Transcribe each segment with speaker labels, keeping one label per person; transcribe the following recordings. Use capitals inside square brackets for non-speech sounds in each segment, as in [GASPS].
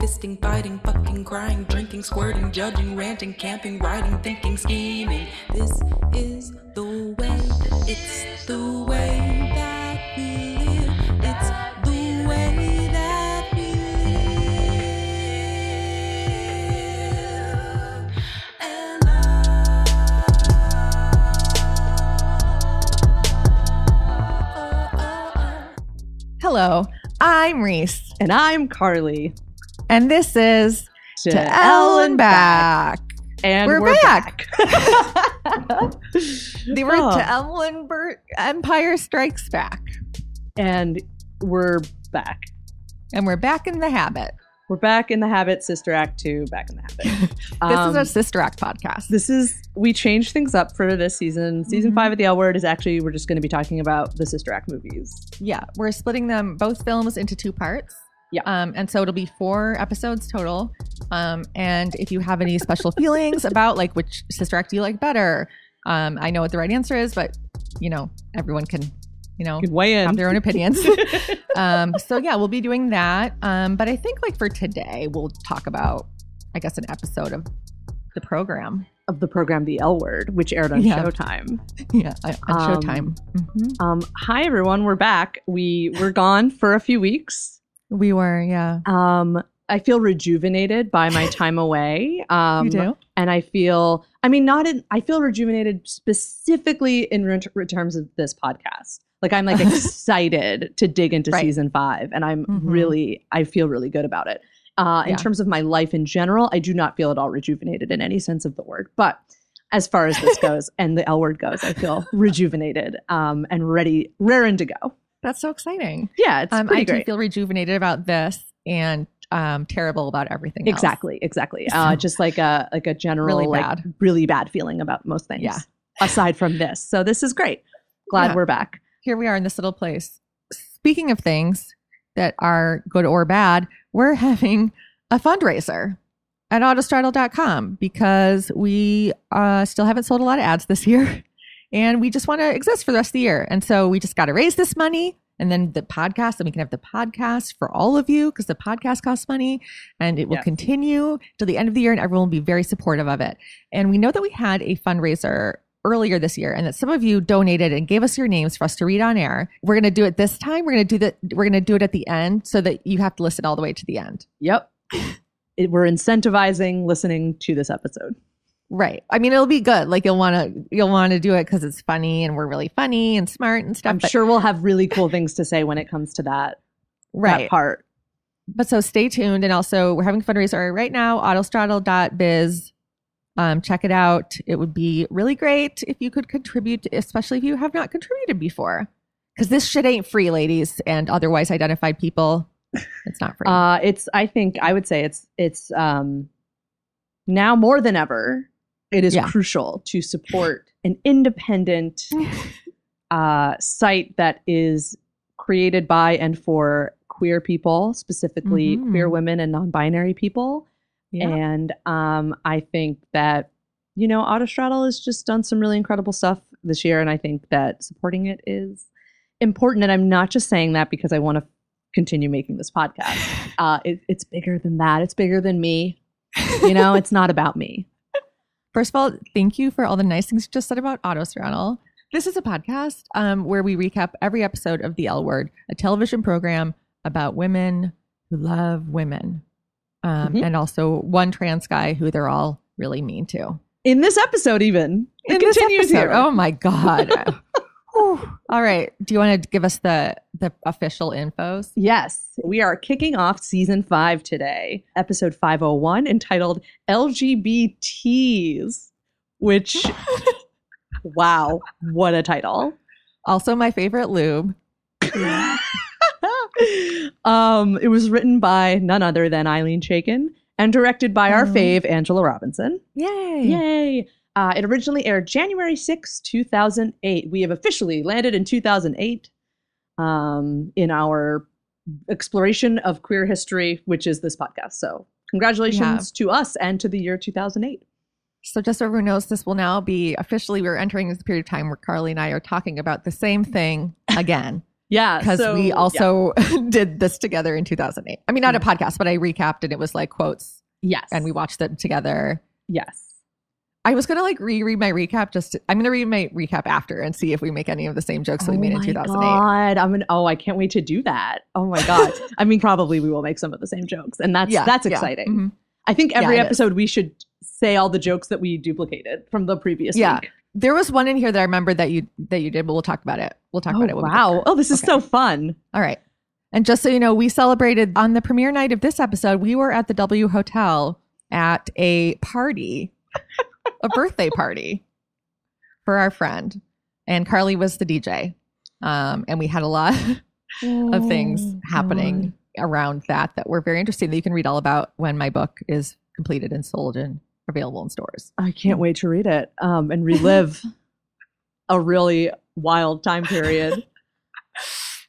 Speaker 1: fisting, biting, fucking, crying, drinking, squirting, judging, ranting, camping, writing, thinking, scheming. This is the way. It's the way that we live. It's the way that we live. And Oh, I.
Speaker 2: Hello, I'm Reese,
Speaker 3: And I'm Carly.
Speaker 2: and this is
Speaker 3: To,
Speaker 2: Ellen
Speaker 3: And
Speaker 2: We're
Speaker 3: we're,
Speaker 2: back.
Speaker 3: back.
Speaker 2: [LAUGHS] They were
Speaker 3: Oh.
Speaker 2: to Ellen Burt Empire Strikes Back,
Speaker 3: and we're back.
Speaker 2: and we're back in the habit.
Speaker 3: We're back in the habit, Sister Act 2, back in the habit.
Speaker 2: [LAUGHS] This
Speaker 3: Um,
Speaker 2: is our sister act podcast.
Speaker 3: this is we changed things up for this season. Season
Speaker 2: Mhm.
Speaker 3: five of the L Word is actually we're just going to be talking about the Sister Act movies.
Speaker 2: yeah, we're splitting them both films into two parts.
Speaker 3: Yeah.
Speaker 2: um, and so it'll be four episodes total. Um, and if you have any special feelings about like which sister act do you like better, um, I know what the right answer is, but you know everyone can, you know,
Speaker 3: You can weigh in.
Speaker 2: have
Speaker 3: [LAUGHS]
Speaker 2: their own opinions. um, so yeah, we'll be doing that. Um, but I think like for today, we'll talk about, I guess, an episode of the program.
Speaker 3: of the program The L Word, which aired on
Speaker 2: Yeah.
Speaker 3: Showtime.
Speaker 2: Yeah, on
Speaker 3: Um,
Speaker 2: Showtime. Mhm.
Speaker 3: Um, hi everyone, we're back. We were gone for a few weeks.
Speaker 2: We were, yeah.
Speaker 3: Um, I feel rejuvenated by
Speaker 2: [LAUGHS]
Speaker 3: my time away. Um,
Speaker 2: you do?
Speaker 3: and I feel I mean not in I feel rejuvenated specifically in re- in terms of this podcast. Like
Speaker 2: [LAUGHS]
Speaker 3: I'm like excited to dig into
Speaker 2: Right.
Speaker 3: season 5 and I'm
Speaker 2: Mhm.
Speaker 3: really I feel really good about it. Uh, in
Speaker 2: Yeah.
Speaker 3: terms of my life in general, I do not feel at all rejuvenated in any sense of the word. But as far
Speaker 2: [LAUGHS]
Speaker 3: as this goes and the L word goes, I feel rejuvenated um, and ready, raring to go.
Speaker 2: That's so exciting.
Speaker 3: Yeah, it's
Speaker 2: Um,
Speaker 3: pretty
Speaker 2: I do
Speaker 3: great.
Speaker 2: feel rejuvenated about this and um, terrible about everything. else.
Speaker 3: exactly,
Speaker 2: [LAUGHS]
Speaker 3: exactly. Uh,
Speaker 2: So-
Speaker 3: just like a like a general
Speaker 2: Really
Speaker 3: like
Speaker 2: bad.
Speaker 3: really bad feeling about most things.
Speaker 2: Yeah.
Speaker 3: Aside from this, so this is great. Glad
Speaker 2: Yeah.
Speaker 3: we're back.
Speaker 2: Here we are in this little place. Speaking of things that are good or bad, we're [LAUGHS] having a fundraiser at autostraddle.com because we uh, still haven't sold a lot of ads this year [LAUGHS] and we just want to exist for the rest of the year. And so we just got to raise this money and then the podcast, and we can have the podcast for all of you because the podcast costs money and it will
Speaker 3: Yeah.
Speaker 2: continue till the end of the year and everyone will be very supportive of it. And we know that we had a fundraiser earlier this year and that some of you donated and gave us your names for us to read on air. We're going to do it this time. We're going to do that. We're going to do it at the end so that you have to listen all the way to the end.
Speaker 3: Yep. It, we're incentivizing listening to this episode.
Speaker 2: Right. I mean, it'll be good. Like you'll want to, you'll want to do it because it's funny and we're really funny and smart and stuff.
Speaker 3: I'm
Speaker 2: but-
Speaker 3: sure we'll have really cool things to say when it comes to that, that
Speaker 2: Right.
Speaker 3: part.
Speaker 2: But so stay tuned. And also we're having a fundraiser right now, autostraddle.biz. Um, check it out. It would be really great if you could contribute, especially if you have not contributed before. Because this shit ain't free, ladies and otherwise identified people. It's not free.
Speaker 3: Uh, it's I think I would say it's it's um, now more than ever it is
Speaker 2: Yeah.
Speaker 3: crucial to support an independent uh, site that is created by and for queer people, specifically
Speaker 2: Mhm.
Speaker 3: queer women and non-binary people.
Speaker 2: Yeah.
Speaker 3: And um, I think that you know Autostraddle has just done some really incredible stuff this year, and I think that supporting it is important. And I'm not just saying that because I want to continue making this
Speaker 2: [LAUGHS]
Speaker 3: podcast. Uh, it, it's bigger than that. It's bigger than me.
Speaker 2: [LAUGHS]
Speaker 3: You know, it's not about me.
Speaker 2: First of all, thank you for all the nice things you just said about Auto Straddle. This is a podcast um, where we recap every episode of The L Word, a television program about women who love women, um,
Speaker 3: Mhm.
Speaker 2: and also one trans guy who they're all really mean to.
Speaker 3: In this episode, even it
Speaker 2: In this
Speaker 3: continues
Speaker 2: episode-
Speaker 3: here.
Speaker 2: Oh my
Speaker 3: [LAUGHS]
Speaker 2: god! Whew. all right, do you want to give us the the official infos?
Speaker 3: Yes, we are kicking off season five today, episode 501, entitled LGBTs, which, wow, what a title. [LAUGHS]
Speaker 2: Also, my favorite lube.
Speaker 3: um, it was written by none other than Eileen Chaikin and directed by our
Speaker 2: Mhm.
Speaker 3: fave, Angela Robinson.
Speaker 2: Yay!
Speaker 3: Yay! Uh, it originally aired January 6, 2008. We have officially landed in 2008 um, in our exploration of queer history, which is this podcast. So, congratulations to us and to the year 2008.
Speaker 2: So, just so everyone knows, this will
Speaker 3: [LAUGHS]
Speaker 2: now be officially, we're entering this period of time where Carly and I are talking about the same thing again.
Speaker 3: Yeah.
Speaker 2: because
Speaker 3: Uh, so-
Speaker 2: we
Speaker 3: yeah. Mm.
Speaker 2: also [LAUGHS] did this together in 2008. I mean, not a podcast, but I recapped and it was like quotes
Speaker 3: Yes.
Speaker 2: and we watched them together.
Speaker 3: Yes.
Speaker 2: I was going to like reread my recap. Just to- I'm going to read my recap after and see if we make any of the same jokes we made in
Speaker 3: Oh my
Speaker 2: 2008.
Speaker 3: God. I'm an, oh, I can't wait to do that. Oh my
Speaker 2: [LAUGHS]
Speaker 3: god. I mean, probably we will make some of the same jokes, and that's that's exciting.
Speaker 2: Mhm.
Speaker 3: I think
Speaker 2: Yeah,
Speaker 3: every
Speaker 2: it is.
Speaker 3: episode we should say all the jokes that we duplicated from the previous
Speaker 2: Yeah.
Speaker 3: week.
Speaker 2: There was one in here that I remember that you that you did, but we'll talk about it. We'll talk
Speaker 3: Oh,
Speaker 2: about it. when we get
Speaker 3: wow.
Speaker 2: there.
Speaker 3: Oh, this is
Speaker 2: Okay.
Speaker 3: so fun.
Speaker 2: All right. And just so you know, we celebrated on the premiere night of this episode. We were at the W Hotel at a party,
Speaker 3: [LAUGHS]
Speaker 2: a birthday party for our friend. And Carly was the DJ. Um, and we had a lot [LAUGHS] of things
Speaker 3: Oh,
Speaker 2: happening around that that were very interesting that you can read all about when my book is completed and sold and available in stores.
Speaker 3: I can't wait to read it um, and relive a really wild time period.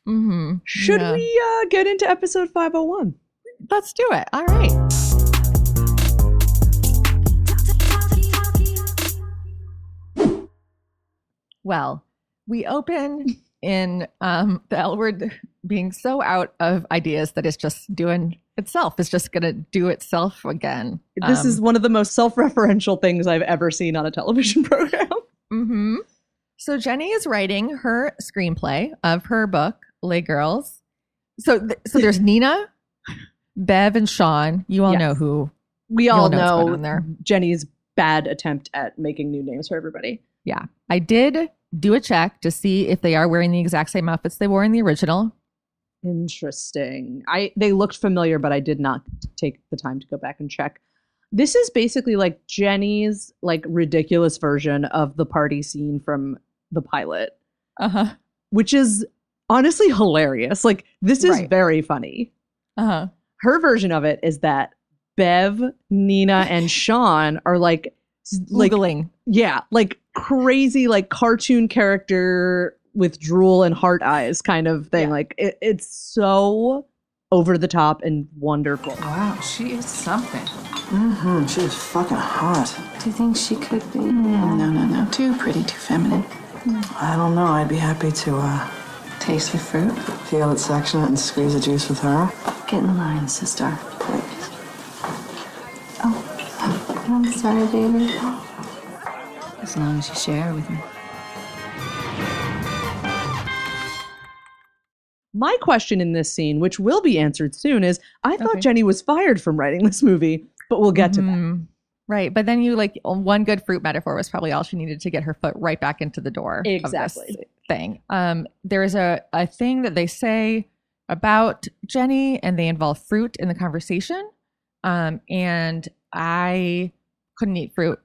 Speaker 2: Mm-hmm.
Speaker 3: Should
Speaker 2: Yeah.
Speaker 3: we uh, get into episode 501?
Speaker 2: Let's do it. All right. Well, we
Speaker 3: [LAUGHS]
Speaker 2: open in um, the L word being so out of ideas that it's just doing itself. It's just going to do itself again.
Speaker 3: This
Speaker 2: Um,
Speaker 3: is one of the most self referential things I've ever seen on a television [LAUGHS] program.
Speaker 2: hmm So Jenny is writing her screenplay of her book, Lay Girls. So, th- so
Speaker 3: [LAUGHS]
Speaker 2: there's Nina, Bev, and Sean. You all
Speaker 3: Yes.
Speaker 2: know who.
Speaker 3: We
Speaker 2: You
Speaker 3: all
Speaker 2: all know what's going
Speaker 3: know
Speaker 2: on there.
Speaker 3: Jenny's bad attempt at making new names for everybody.
Speaker 2: I did do a check to see if they are wearing the exact same outfits they wore in the original.
Speaker 3: Interesting. I they looked familiar, but I did not take the time to go back and check. This is basically like Jenny's like ridiculous version of the party scene from the pilot,
Speaker 2: Uh
Speaker 3: Uh-huh,
Speaker 2: huh.
Speaker 3: which is honestly hilarious. Like this is
Speaker 2: Right.
Speaker 3: very funny.
Speaker 2: Uh huh.
Speaker 3: uh-huh. Her version of it is that Bev, Nina, and Sean are like s- like
Speaker 2: Oogling.
Speaker 3: yeah, like crazy like cartoon character with drool and heart eyes kind of thing.
Speaker 2: Yeah.
Speaker 3: Like it, it's so over the top and wonderful.
Speaker 4: Wow, she is something.
Speaker 5: Mm-hmm. She is fucking hot.
Speaker 6: Do you think she could be?
Speaker 5: No, no, no.
Speaker 6: Too pretty, too feminine.
Speaker 5: I don't know. I'd be happy to uh,
Speaker 6: Taste the fruit.
Speaker 5: peel it, section it, and squeeze the juice with her.
Speaker 6: Get in line, sister. Please. Oh, I'm sorry, baby. As long as you share with me.
Speaker 3: My question in this scene, which will be answered soon, is I thought
Speaker 2: Okay.
Speaker 3: Jenny was fired from writing this movie, but we'll get to that.
Speaker 2: Mhm. Right. But then you like one good fruit metaphor was probably all she needed to get her foot right back into the door. of this
Speaker 3: Exactly.
Speaker 2: thing. Um, there is a, a thing that they say about Jenny and they involve fruit in the conversation. Um, and I couldn't eat fruit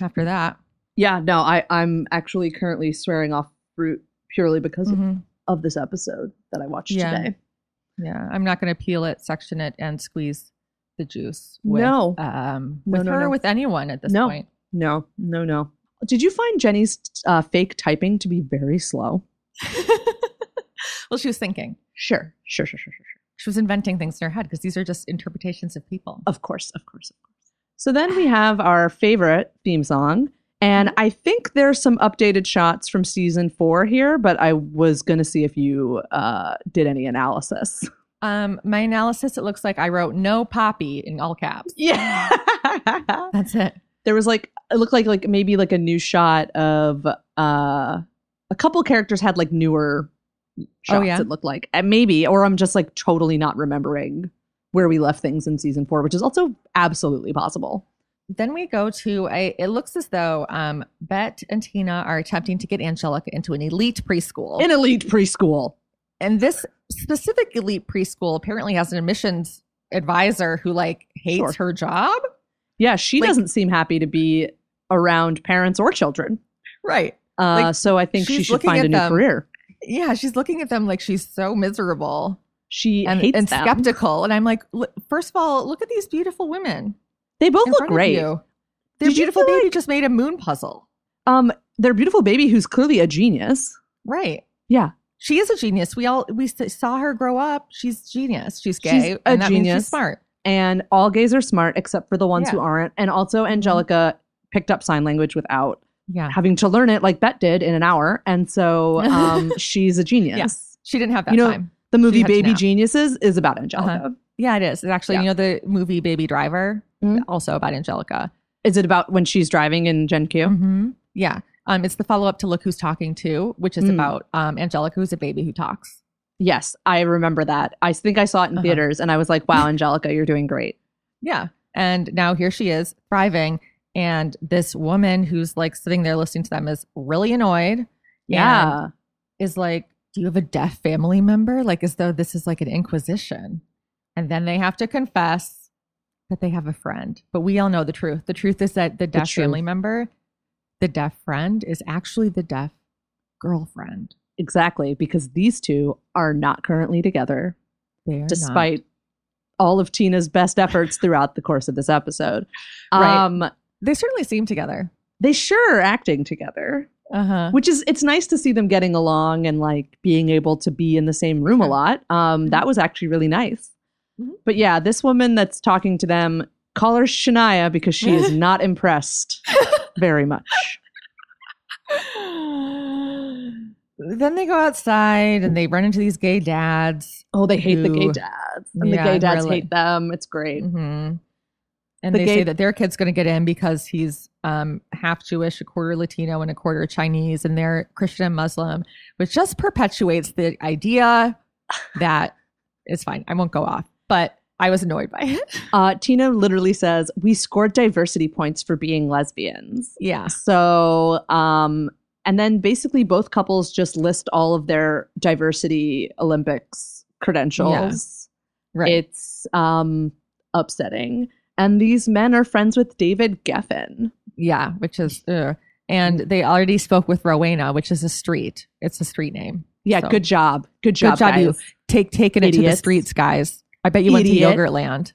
Speaker 2: after that.
Speaker 3: Yeah, no, I, I'm actually currently swearing off fruit purely because
Speaker 2: Mhm.
Speaker 3: of this episode that I watched
Speaker 2: Yeah.
Speaker 3: today.
Speaker 2: Yeah. I'm not going to peel it, section it, and squeeze the juice with,
Speaker 3: No.
Speaker 2: um,
Speaker 3: No,
Speaker 2: with
Speaker 3: no,
Speaker 2: her
Speaker 3: no.
Speaker 2: or with anyone at this
Speaker 3: No.
Speaker 2: point.
Speaker 3: No, no, no. Did you find Jenny's uh, fake typing to be very slow?
Speaker 2: well, she was thinking.
Speaker 3: Sure, sure, sure, sure, sure.
Speaker 2: She was inventing things in her head because these are just interpretations of people.
Speaker 3: Of course, of course, of course. So then we have our favorite theme song. And
Speaker 2: Mm-hmm.
Speaker 3: I think there's some updated shots from season four here, but I was going to see if you uh, did any analysis. [LAUGHS]
Speaker 2: Um, my analysis, it looks like I wrote no poppy in all caps.
Speaker 3: Yeah.
Speaker 2: That's it.
Speaker 3: there was like, it looked like, like maybe like a new shot of uh, a couple characters had like newer shots,
Speaker 2: Oh, yeah?
Speaker 3: it looked like. And maybe, or I'm just like totally not remembering where we left things in season four, which is also absolutely possible.
Speaker 2: Then we go to a. It looks as though um, Bet and Tina are attempting to get Angelica into an elite preschool,
Speaker 3: In elite preschool.
Speaker 2: and this specific elite preschool apparently has an admissions advisor who like hates
Speaker 3: Sure.
Speaker 2: her job.
Speaker 3: Yeah, she
Speaker 2: Like-
Speaker 3: doesn't seem happy to be around parents or children.
Speaker 2: Right.
Speaker 3: Uh,
Speaker 2: Like,
Speaker 3: so I think she
Speaker 2: she's
Speaker 3: should
Speaker 2: looking
Speaker 3: find
Speaker 2: at
Speaker 3: a new
Speaker 2: them.
Speaker 3: career.
Speaker 2: Yeah, she's looking at them like she's so miserable
Speaker 3: She
Speaker 2: and,
Speaker 3: hates
Speaker 2: and
Speaker 3: them.
Speaker 2: skeptical. And I'm like, "Look- first of all, look at these beautiful women.
Speaker 3: they both
Speaker 2: in
Speaker 3: look
Speaker 2: front of
Speaker 3: great.
Speaker 2: you. Their
Speaker 3: Did you
Speaker 2: beautiful
Speaker 3: feel
Speaker 2: baby just made a moon puzzle.
Speaker 3: Um, their beautiful baby, who's clearly a genius.
Speaker 2: Right.
Speaker 3: Yeah.
Speaker 2: She is a genius. We all we s- saw her grow up. She's genius. She's
Speaker 3: She's
Speaker 2: gay.
Speaker 3: a
Speaker 2: and that means
Speaker 3: genius.
Speaker 2: she's smart.
Speaker 3: And all gays are smart except for the ones
Speaker 2: Yeah. Mm-hmm.
Speaker 3: who aren't. And also, Angelica picked up sign language without
Speaker 2: Yeah. [LAUGHS]
Speaker 3: having to learn it like Bet did in an hour. And so um, she's a genius.
Speaker 2: She didn't have that
Speaker 3: You know-
Speaker 2: time.
Speaker 3: The
Speaker 2: She
Speaker 3: movie
Speaker 2: had to Uh-huh.
Speaker 3: Baby
Speaker 2: nap.
Speaker 3: Geniuses is about Angelica.
Speaker 2: Yeah, it is. It's actually,
Speaker 3: Yeah.
Speaker 2: you know, the movie Baby Driver,
Speaker 3: Mhm.
Speaker 2: also about Angelica.
Speaker 3: Is it about when she's driving in Gen Q?
Speaker 2: Mm-hmm. Yeah. Um, it's the follow up to Look Who's Talking To, which is
Speaker 3: Mm.
Speaker 2: about um, Angelica, who's a baby who talks.
Speaker 3: Yes, I remember that. I think I saw it in
Speaker 2: Uh-huh.
Speaker 3: theaters and I was like, wow, Angelica, you're doing great.
Speaker 2: [LAUGHS] Yeah. And now here she is thriving. And this woman who's like sitting there listening to them is really annoyed. and
Speaker 3: Yeah.
Speaker 2: Is like, do you have a deaf family member? Like, as though this is like an inquisition. And then they have to confess that they have a friend. But we all know the truth. The truth is that the deaf family
Speaker 3: truth.
Speaker 2: member, the deaf friend, is actually the deaf girlfriend.
Speaker 3: Exactly, because these two are not currently together,
Speaker 2: They're not-
Speaker 3: despite all of Tina's best efforts throughout the course of this episode.
Speaker 2: Right.
Speaker 3: Um,
Speaker 2: they certainly seem together.
Speaker 3: they sure are acting together,
Speaker 2: Uh huh.
Speaker 3: which is it's nice to see them getting along and like being able to be in the same room a
Speaker 2: Sure. Mm-hmm.
Speaker 3: lot. Um, That was actually really nice.
Speaker 2: Mhm.
Speaker 3: But yeah, this woman that's talking to them, call her Shania because
Speaker 2: [LAUGHS]
Speaker 3: she is not impressed very much.
Speaker 2: then they go outside and they run into these gay dads.
Speaker 3: Oh, they hate the gay
Speaker 2: Ooh.
Speaker 3: dads. And
Speaker 2: Yeah,
Speaker 3: the gay dads
Speaker 2: really.
Speaker 3: hate them. It's great.
Speaker 2: Mhm. And
Speaker 3: The
Speaker 2: they say
Speaker 3: gay-
Speaker 2: that their kid's going to get in because he's um, half Jewish, a quarter Latino, and a quarter Chinese, and they're Christian and Muslim, which just perpetuates the [LAUGHS] idea that it's fine. I won't go off, but I was annoyed by [LAUGHS] it.
Speaker 3: Uh, Tina literally says, We scored diversity points for being lesbians.
Speaker 2: yeah.
Speaker 3: So, um, and then basically both couples just list all of their diversity Olympics credentials.
Speaker 2: Right.
Speaker 3: It's um, upsetting. And these men are friends with David Geffen.
Speaker 2: yeah. Which is, ugh. and they already spoke with Rowena, which is a street. It's a street name.
Speaker 3: Yeah,
Speaker 2: So-
Speaker 3: good job. Good
Speaker 2: Good
Speaker 3: job,
Speaker 2: job, you.
Speaker 3: guys.
Speaker 2: Take taking it to the
Speaker 3: Idiots.
Speaker 2: streets, guys. I bet you went
Speaker 3: Idiot.
Speaker 2: to Yogurtland.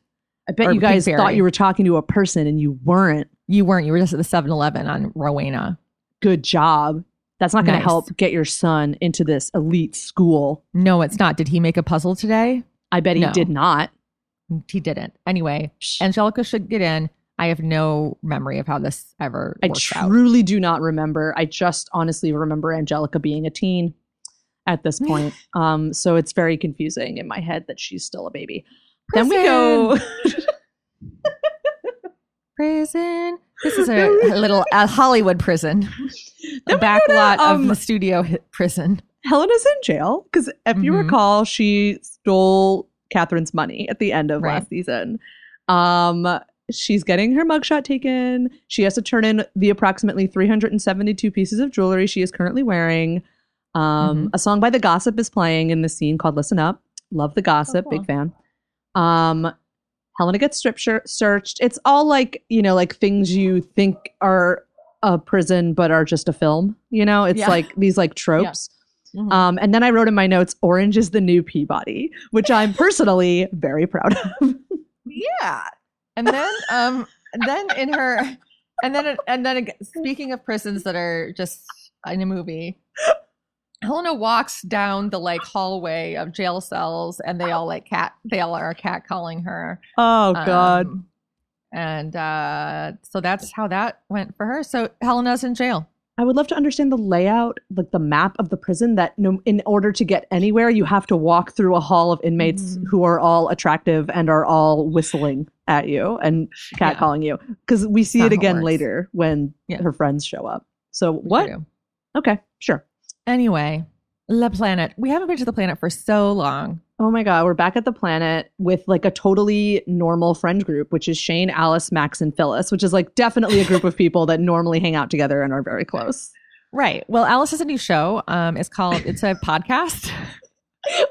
Speaker 3: I
Speaker 2: Or
Speaker 3: bet you guys thought
Speaker 2: Pinkberry.
Speaker 3: you were talking to a person and you weren't.
Speaker 2: You weren't. You were just at the 7-Eleven on Rowena.
Speaker 3: good job. That's not going
Speaker 2: Nice.
Speaker 3: to help get your son into this elite school.
Speaker 2: No, it's not. Did he make a puzzle today?
Speaker 3: I bet he
Speaker 2: No.
Speaker 3: did not.
Speaker 2: He didn't. Anyway, Angelica should get in. I have no memory of how this ever
Speaker 3: I
Speaker 2: worked out.
Speaker 3: truly do not remember. I just honestly remember Angelica being a teen
Speaker 2: [SIGHS]
Speaker 3: at this point. um, so it's very confusing in my head that she's still a baby. Then we go.
Speaker 2: prison. This
Speaker 3: [LAUGHS]
Speaker 2: is a, a little a Hollywood prison, a
Speaker 3: [LAUGHS] Then we
Speaker 2: back
Speaker 3: go to,
Speaker 2: lot
Speaker 3: um,
Speaker 2: of the studio hit prison.
Speaker 3: Helena's in jail because if you
Speaker 2: Mhm.
Speaker 3: recall, she stole Catherine's money at the end of
Speaker 2: Right.
Speaker 3: last season. Um, she's getting her mugshot taken. She has to turn in the approximately 372 pieces of jewelry she is currently wearing. Um, A song by The Gossip is playing in the scene called Listen Up. Love The Gossip,
Speaker 2: cool.
Speaker 3: big fan. Um, Helena gets strip shir- searched. It's all like, you know, like things you think are a prison but are just a film. You know, it's
Speaker 2: Yeah.
Speaker 3: like these like tropes.
Speaker 2: Mhm.
Speaker 3: Um, and then I wrote in my notes, Orange is the new Peabody, which I'm personally very proud of. [LAUGHS]
Speaker 2: Yeah. And then um then in her and then and then ag- speaking of prisons that are just in a movie Helena walks down the like hallway of jail cells and they all like cat they all are cat calling her.
Speaker 3: Oh, God.
Speaker 2: Um, and uh so that's how that went for her. So Helena's in jail.
Speaker 3: I would love to understand the layout, like the map of the prison, that no, in order to get anywhere, you have to walk through a hall of inmates
Speaker 2: Mhm.
Speaker 3: who are all attractive and are all whistling at you and catcalling you. Because we see
Speaker 2: Not how
Speaker 3: it
Speaker 2: it
Speaker 3: again
Speaker 2: works.
Speaker 3: later when
Speaker 2: Yeah.
Speaker 3: her friends show up. So, what? Okay, sure.
Speaker 2: Anyway, La Planet. We haven't been to the planet for so long.
Speaker 3: Oh my God, we're back at the planet with like a totally normal friend group, which is Shane, Alice, Max, and Phyllis, which is like definitely a group of people that normally hang out together and are very close.
Speaker 2: Right. Well, Alice has a new show. Um, it's called it's [LAUGHS] a podcast.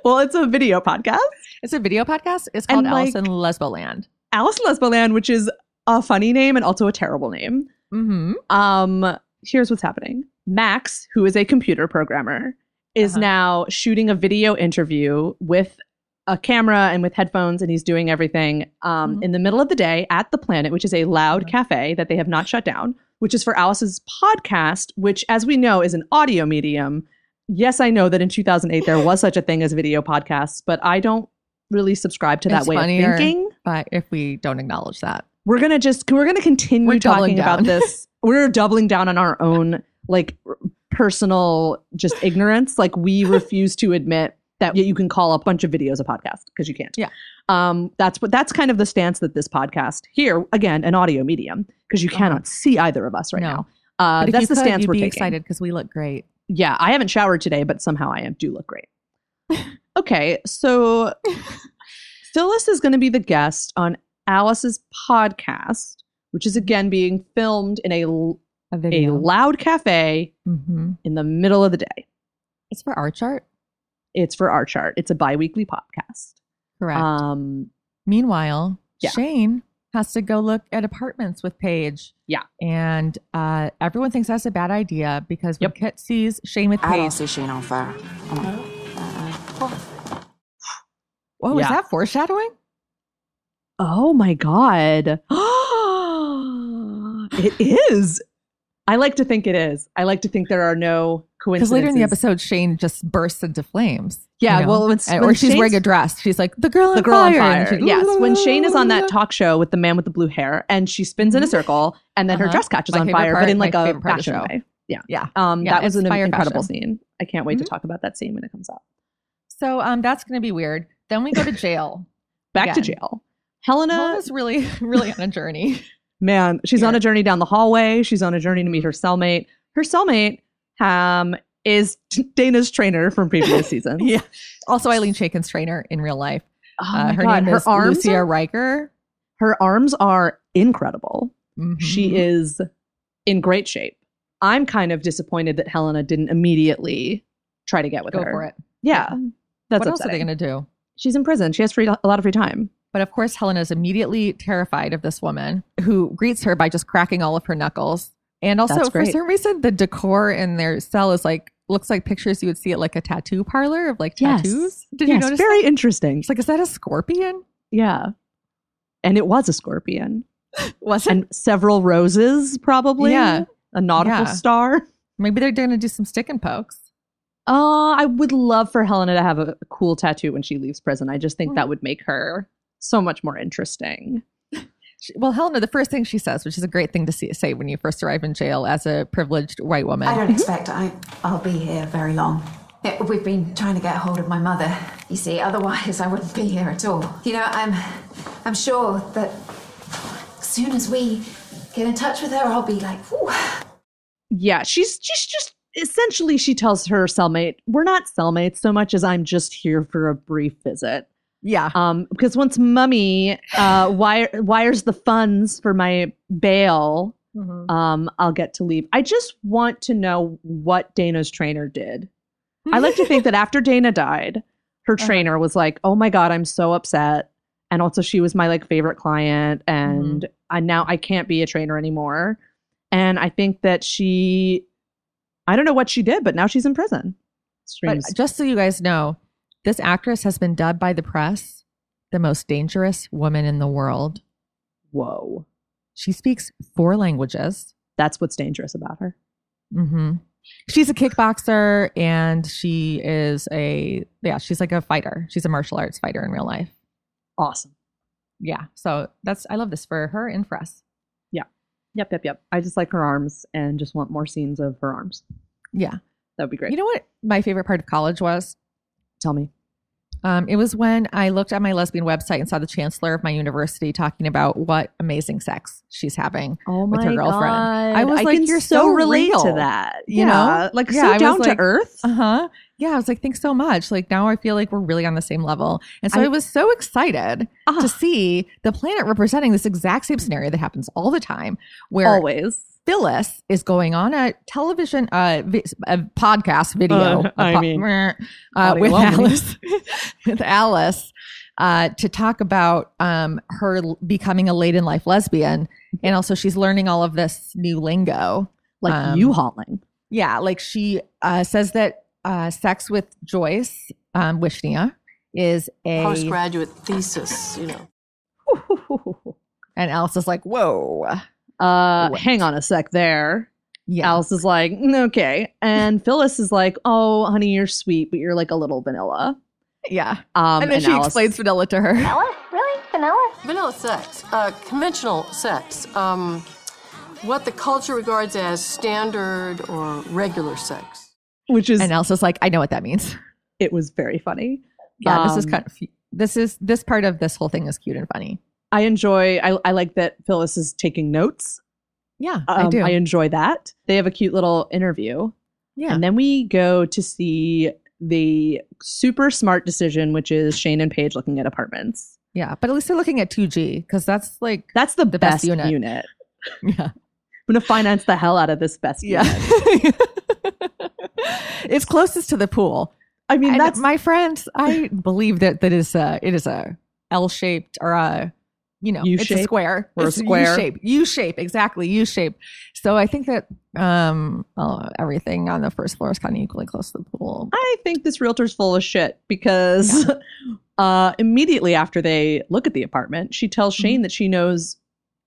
Speaker 3: Well, it's a video podcast.
Speaker 2: It's a video podcast. It's called
Speaker 3: And,
Speaker 2: Alice in
Speaker 3: like-
Speaker 2: Lesboland.
Speaker 3: Alice in Lesboland, which is a funny name and also a terrible name.
Speaker 2: Mm-hmm.
Speaker 3: Um, here's what's happening. Max, who is a computer programmer, is
Speaker 2: Uh-huh.
Speaker 3: now shooting a video interview with a camera and with headphones, and he's doing everything um,
Speaker 2: Mhm.
Speaker 3: in the middle of the day at the Planet, which is a loud
Speaker 2: Mhm.
Speaker 3: cafe that they have not shut down, which is for Alice's podcast, which, as we know, is an audio medium. Yes, I know that in 2008 there was such a thing as video podcasts, but I don't really subscribe to that
Speaker 2: It's
Speaker 3: way
Speaker 2: funnier.
Speaker 3: of thinking
Speaker 2: But if we don't acknowledge that,
Speaker 3: we're gonna just we're gonna continue
Speaker 2: We're doubling
Speaker 3: talking about
Speaker 2: down. [LAUGHS]
Speaker 3: this we're doubling down on our
Speaker 2: [LAUGHS]
Speaker 3: own like r- personal just ignorance like we refuse to admit that you can call a bunch of videos a podcast because you can't.
Speaker 2: Yeah.
Speaker 3: Um, that's what that's kind of the stance that this podcast here again an audio medium because you cannot see either of us right
Speaker 2: Uh-huh. No.
Speaker 3: now. Uh,
Speaker 2: But if
Speaker 3: that's
Speaker 2: you
Speaker 3: the
Speaker 2: could,
Speaker 3: stance
Speaker 2: you'd
Speaker 3: we're
Speaker 2: be
Speaker 3: taking.
Speaker 2: excited because we look great.
Speaker 3: Yeah, I haven't showered today, but somehow I am, do
Speaker 2: [LAUGHS]
Speaker 3: look great. okay, so Phyllis is going to be the guest on Alice's podcast, which is again being filmed in a l-
Speaker 2: A
Speaker 3: a
Speaker 2: video.
Speaker 3: loud cafe
Speaker 2: mm-hmm.
Speaker 3: in the middle of the day.
Speaker 2: It's for our chart.
Speaker 3: It's for our chart. It's a bi-weekly podcast.
Speaker 2: Correct.
Speaker 3: Um,
Speaker 2: Meanwhile,
Speaker 3: Yeah.
Speaker 2: Shane has to go look at apartments with Paige.
Speaker 3: Yeah.
Speaker 2: And uh, everyone thinks that's a bad idea because when
Speaker 3: Yep.
Speaker 2: Kit sees Shane with
Speaker 6: I don't
Speaker 2: Paige,
Speaker 6: see Shane on fire.
Speaker 2: oh, is
Speaker 3: Yeah.
Speaker 2: that foreshadowing?
Speaker 3: oh my god. [GASPS] it is. I like to think it is. I like to think there are no
Speaker 2: Because
Speaker 3: coincidences.
Speaker 2: later in the episode, Shane just bursts into flames.
Speaker 3: Yeah,
Speaker 2: you know?
Speaker 3: well, it's,
Speaker 2: And-
Speaker 3: when
Speaker 2: or she's
Speaker 3: Shane's-
Speaker 2: wearing a dress. She's like the girl on
Speaker 3: the girl
Speaker 2: fire.
Speaker 3: on
Speaker 2: and
Speaker 3: fire.
Speaker 2: she-
Speaker 3: yes, when Shane is on that talk show with the man with the blue hair, and she spins in a
Speaker 2: Mhm.
Speaker 3: circle, and then her
Speaker 2: Uh-huh.
Speaker 3: dress catches
Speaker 2: My
Speaker 3: on
Speaker 2: favorite
Speaker 3: fire,
Speaker 2: part-
Speaker 3: but in like
Speaker 2: my
Speaker 3: a
Speaker 2: favorite part of the
Speaker 3: fashion
Speaker 2: show.
Speaker 3: way. Yeah,
Speaker 2: Yeah.
Speaker 3: Um,
Speaker 2: Yeah,
Speaker 3: that was
Speaker 2: it's
Speaker 3: an
Speaker 2: fire
Speaker 3: incredible
Speaker 2: fashion. Mm-hmm.
Speaker 3: scene. I can't wait to talk about that scene when it comes up.
Speaker 2: So um, that's going to be weird. Then we go to
Speaker 3: [LAUGHS]
Speaker 2: jail.
Speaker 3: Back to
Speaker 2: Again.
Speaker 3: jail. Helena,
Speaker 2: Mama's really, [LAUGHS] really on a journey.
Speaker 3: man, she's on
Speaker 2: Yeah. Mm-hmm.
Speaker 3: a journey down the hallway. She's on a journey to meet her cellmate. Her cellmate um, is [LAUGHS] Dana's trainer from
Speaker 2: [LAUGHS]
Speaker 3: previous seasons.
Speaker 2: Yeah. Also, Eileen Shakin's trainer in real life.
Speaker 3: Oh
Speaker 2: Uh,
Speaker 3: my
Speaker 2: her
Speaker 3: God.
Speaker 2: name
Speaker 3: her
Speaker 2: is
Speaker 3: arms
Speaker 2: Lucia
Speaker 3: are-
Speaker 2: Riker.
Speaker 3: her arms are incredible.
Speaker 2: Mhm.
Speaker 3: She is in great shape. I'm kind of disappointed that Helena didn't immediately try to get with
Speaker 2: go
Speaker 3: her.
Speaker 2: for it. Mm-hmm.
Speaker 3: Yeah. That's
Speaker 2: what else are they
Speaker 3: upsetting.
Speaker 2: going to do?
Speaker 3: She's in prison. She has free, a lot of free time.
Speaker 2: But of course, Helena is immediately terrified of this woman who greets her by just cracking all of her knuckles. And also,
Speaker 3: That's
Speaker 2: for
Speaker 3: great.
Speaker 2: some reason, the decor in their cell is like looks like pictures you would see at like a tattoo parlor of like
Speaker 3: Yes.
Speaker 2: tattoos. Did you
Speaker 3: yes,
Speaker 2: notice?
Speaker 3: very
Speaker 2: that?
Speaker 3: interesting.
Speaker 2: It's like, is that a scorpion?
Speaker 3: Yeah. And it was a scorpion.
Speaker 2: [LAUGHS] Was it?
Speaker 3: And several roses, probably.
Speaker 2: Yeah.
Speaker 3: A nautical
Speaker 2: Yeah.
Speaker 3: star. [LAUGHS]
Speaker 2: Maybe they're going to do some stick and pokes.
Speaker 3: Oh, I would love for Helena to have a cool tattoo when she leaves prison. I just
Speaker 2: Mm.
Speaker 3: think that would make her so much more interesting.
Speaker 2: She- Well, Helena, the first thing she says, which is a great thing to see, say when you first arrive in jail as a privileged white woman,
Speaker 7: I don't expect I, I'll be here very long. Mm-hmm. Yeah, We've been trying to get hold of my mother. You see, otherwise I wouldn't be here at all. You know, I'm, I'm sure that as soon as we get in touch with her, I'll be like, "Ooh."
Speaker 3: yeah, she's she's just essentially she tells her cellmate, "We're not cellmates so much as I'm just here for a brief visit."
Speaker 2: yeah,
Speaker 3: Um, because once Mummy uh, wire, wires the funds for my bail, um, I'll get to leave. I just want to know what Dana's trainer did. I like to [LAUGHS] think that after Dana died, her trainer was like, "Oh my god, I'm so upset." And also she was my like favorite client and I now I can't be a trainer anymore. And I think that she I don't know what she did, but now she's in prison.
Speaker 2: But
Speaker 3: Streams.
Speaker 2: just so you guys know, this actress has been dubbed by the press the most dangerous woman in the world.
Speaker 3: Whoa.
Speaker 2: She speaks four languages.
Speaker 3: That's what's dangerous about her.
Speaker 2: hmm She's a kickboxer and she is a, yeah, she's like a fighter. She's a martial arts fighter in real life.
Speaker 3: Awesome.
Speaker 2: Yeah. So that's, I love this for her and for us.
Speaker 3: Yep, yep, yep. I just like her arms and just want more scenes of her arms.
Speaker 2: Yeah.
Speaker 3: That would be great.
Speaker 2: You know what my favorite part of college was?
Speaker 3: Tell me.
Speaker 2: Um, it was when I looked at my lesbian website and saw the chancellor of my university talking about what amazing sex she's having.
Speaker 3: Oh
Speaker 2: With her my girlfriend.
Speaker 3: God.
Speaker 2: I was like,
Speaker 3: can
Speaker 2: you're
Speaker 3: so,
Speaker 2: so
Speaker 3: relate to
Speaker 2: real.
Speaker 3: that. You
Speaker 2: Yeah.
Speaker 3: know? Like
Speaker 2: Yeah,
Speaker 3: so
Speaker 2: I was
Speaker 3: down
Speaker 2: like-
Speaker 3: to earth.
Speaker 2: Uh huh. Yeah, I was like, thanks so much. Like now, I feel like we're really on the same level, and so
Speaker 3: I-
Speaker 2: I, was so excited
Speaker 3: Ah.
Speaker 2: to see the planet representing this exact same scenario that happens all the time, where
Speaker 3: Always.
Speaker 2: Phyllis is going on a television, uh, vi- a podcast video,
Speaker 3: Uh,
Speaker 2: a
Speaker 3: I
Speaker 2: po-
Speaker 3: mean,
Speaker 2: meh, uh,
Speaker 3: audio
Speaker 2: with
Speaker 3: only.
Speaker 2: Alice, [LAUGHS] with Alice, uh, to talk about um her l- becoming a late in life lesbian,
Speaker 3: Mm-hmm.
Speaker 2: and also she's learning all of this new lingo.
Speaker 3: Like
Speaker 2: Um,
Speaker 3: you hauling.
Speaker 2: [LAUGHS] Yeah, like she uh, says that uh, sex with Joyce um, Wishnia is a,
Speaker 6: Postgraduate thesis, you know.
Speaker 2: and Alice is like, whoa,
Speaker 3: Uh,
Speaker 2: What?
Speaker 3: hang on a sec there.
Speaker 2: yeah,
Speaker 3: Alice is like, "Mm, okay. And Phyllis is like, oh, honey, you're sweet, but you're like a little vanilla.
Speaker 2: yeah.
Speaker 3: Um,
Speaker 2: And then she
Speaker 3: Alice-
Speaker 2: explains vanilla to her.
Speaker 8: Vanilla? Really? Vanilla?
Speaker 9: Vanilla sex, uh, conventional sex, um, what the culture regards as standard or regular sex.
Speaker 3: which is
Speaker 2: And Alice is like, I know what that means.
Speaker 3: It was very funny.
Speaker 2: Yeah, this is
Speaker 3: Um,
Speaker 2: kind of this is this part of this whole thing is cute and funny.
Speaker 3: I enjoy. I, I like that Phyllis is taking notes.
Speaker 2: Yeah,
Speaker 3: Um,
Speaker 2: I do.
Speaker 3: enjoy that. They have a cute little interview,
Speaker 2: yeah,
Speaker 3: and then we go to see the super smart decision, which is Shane and Paige looking at apartments.
Speaker 2: yeah. But at least they're looking at two G because that's like [LAUGHS]
Speaker 3: That's the,
Speaker 2: The
Speaker 3: best,
Speaker 2: best
Speaker 3: unit.
Speaker 2: unit. yeah.
Speaker 3: I'm gonna finance the hell out of this best.
Speaker 2: Yeah.
Speaker 3: unit.
Speaker 2: [LAUGHS] it's closest to the pool.
Speaker 3: I mean
Speaker 2: And
Speaker 3: that's
Speaker 2: my friends, I believe that that is a, it is a L shaped or a you know, it's a
Speaker 3: U-shape
Speaker 2: square.
Speaker 3: or a
Speaker 2: It's
Speaker 3: square.
Speaker 2: U shape. U shape, exactly. U shape. So I think that um uh, everything on the first floor is kind of equally close to the pool.
Speaker 3: I think this realtor's full of shit because [LAUGHS] uh, immediately after they look at the apartment, she tells
Speaker 2: Mm-hmm.
Speaker 3: Shane that she knows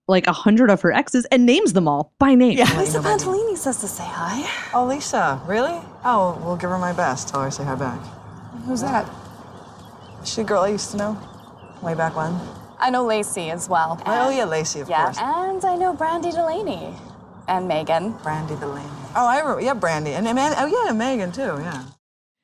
Speaker 3: like a hundred of her exes and names them all by name.
Speaker 2: Yeah.
Speaker 5: Lisa Pantalini
Speaker 6: says to say hi.
Speaker 5: Oh, Lisa, really? Oh, we'll give her my best. Tell her I say hi back. Who's that? She a girl I used to know way back when.
Speaker 8: I know Lacey as well.
Speaker 5: Oh, yeah, Lacey, of
Speaker 8: Yeah,
Speaker 5: course.
Speaker 8: and I know Brandy Delaney and Megan.
Speaker 5: Brandy the lady. Oh, I remember. Yeah, Brandy. And, and, oh, yeah, and Megan, too, yeah.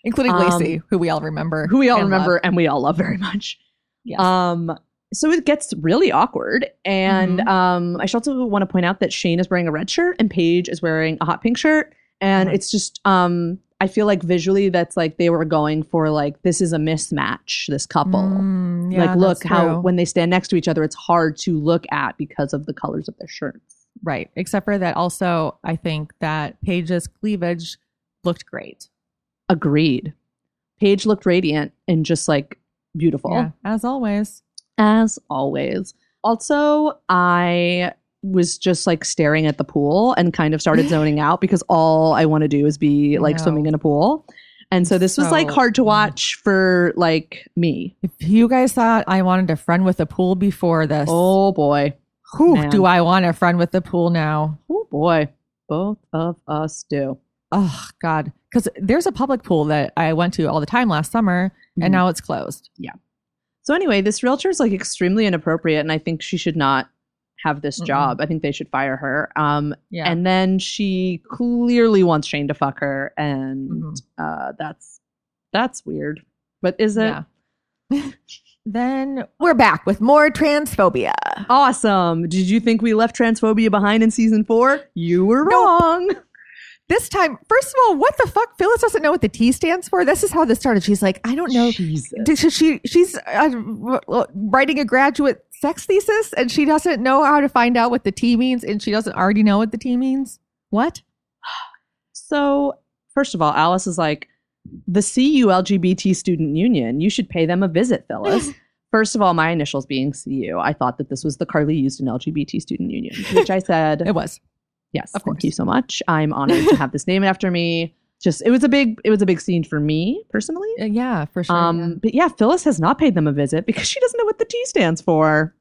Speaker 2: Including
Speaker 3: Um,
Speaker 2: Lacey, who we all remember.
Speaker 3: who we all
Speaker 2: and
Speaker 3: remember
Speaker 2: love.
Speaker 3: and we all love very much.
Speaker 2: Yes.
Speaker 3: Um, so it gets really awkward. And
Speaker 2: Mm-hmm.
Speaker 3: um, I should also want to point out that Shane is wearing a red shirt and Paige is wearing a hot pink shirt. And
Speaker 2: Uh-huh.
Speaker 3: it's just, um, I feel like visually that's like they were going for like, this is a mismatch, this couple.
Speaker 2: Mm, yeah,
Speaker 3: like, look
Speaker 2: that's
Speaker 3: how
Speaker 2: true.
Speaker 3: when they stand next to each other, it's hard to look at because of the colors of their shirts.
Speaker 2: Right. Except for that also I think that Paige's cleavage looked great.
Speaker 3: Agreed. Paige looked radiant and just like beautiful.
Speaker 2: Yeah, as always.
Speaker 3: as always. Also, I was just like staring at the pool and kind
Speaker 2: [LAUGHS]
Speaker 3: of started zoning out because all I want to do is be
Speaker 2: I
Speaker 3: like
Speaker 2: know.
Speaker 3: swimming in a pool. And so this was like
Speaker 2: So-
Speaker 3: hard to watch for like me.
Speaker 2: If you guys thought I wanted a friend with a pool before this,
Speaker 3: Oh boy.
Speaker 2: who
Speaker 3: man.
Speaker 2: do I want a friend with a pool now?
Speaker 3: Oh boy. Both of us do.
Speaker 2: Oh God, because there's a public pool that I went to all the time last summer,
Speaker 3: Mhm.
Speaker 2: and now it's closed.
Speaker 3: So anyway, this realtor is like extremely inappropriate and I think she should not have this
Speaker 2: Mm-mm.
Speaker 3: job. I think they should fire her. Um
Speaker 2: Yeah,
Speaker 3: and then she clearly wants Shane to fuck her and
Speaker 2: Mhm.
Speaker 3: uh that's that's weird. But is it?
Speaker 2: yeah. [LAUGHS] then we're back with more transphobia.
Speaker 3: Awesome. Did you think we left transphobia behind in season four? You were wrong.
Speaker 2: This time, first of all, what the fuck? Phyllis doesn't know what the T stands for. This is how this started. She's like, I don't know.
Speaker 3: Jesus.
Speaker 2: Did she, she she's uh, w- w- writing a graduate sex thesis and she doesn't know how to find out what the T means and she doesn't already know what the T means. What?
Speaker 3: So, first of all, Alice is like, the CU LGBT Student Union, you should pay them a visit,
Speaker 2: [LAUGHS]
Speaker 3: Phyllis. First of all, my initials being CU, I thought that this was the Carly used in LGBT
Speaker 2: [LAUGHS]
Speaker 3: Student Union, which I said,
Speaker 2: It was.
Speaker 3: yes,
Speaker 2: of
Speaker 3: thank
Speaker 2: course.
Speaker 3: you so much. I'm honored to have this name after me. Just, it was a big, it was a big scene for me personally.
Speaker 2: Uh, yeah, for sure.
Speaker 3: um, but yeah, Phyllis has not paid them a visit because she doesn't know what the T stands for.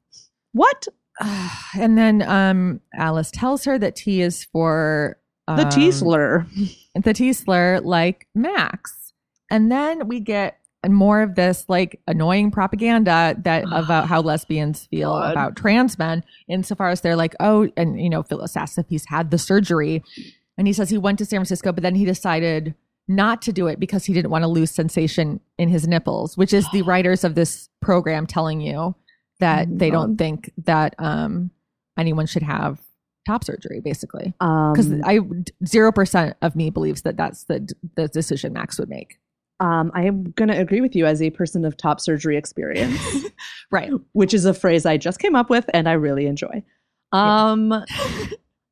Speaker 3: What?
Speaker 2: yeah. [SIGHS] and then um, Alice tells her that T is for
Speaker 3: The T
Speaker 2: um,
Speaker 3: slur.
Speaker 2: The T slur, like Max. And then we get more of this like annoying propaganda that about how lesbians feel
Speaker 3: God.
Speaker 2: about trans men insofar as they're like, oh, and you know, Phyllis asks if he's had the surgery. And he says he went to San Francisco, but then he decided not to do it because he didn't want to lose sensation in his nipples, which is the writers of this program telling you that
Speaker 3: Oh my
Speaker 2: they
Speaker 3: God.
Speaker 2: don't think that um, anyone should have top surgery, basically. Because
Speaker 3: Um,
Speaker 2: I zero percent of me believes that that's the the decision Max would make.
Speaker 3: um, I am going to agree with you as a person of top surgery experience,
Speaker 2: Right.
Speaker 3: which is a phrase I just came up with and I really enjoy. Um,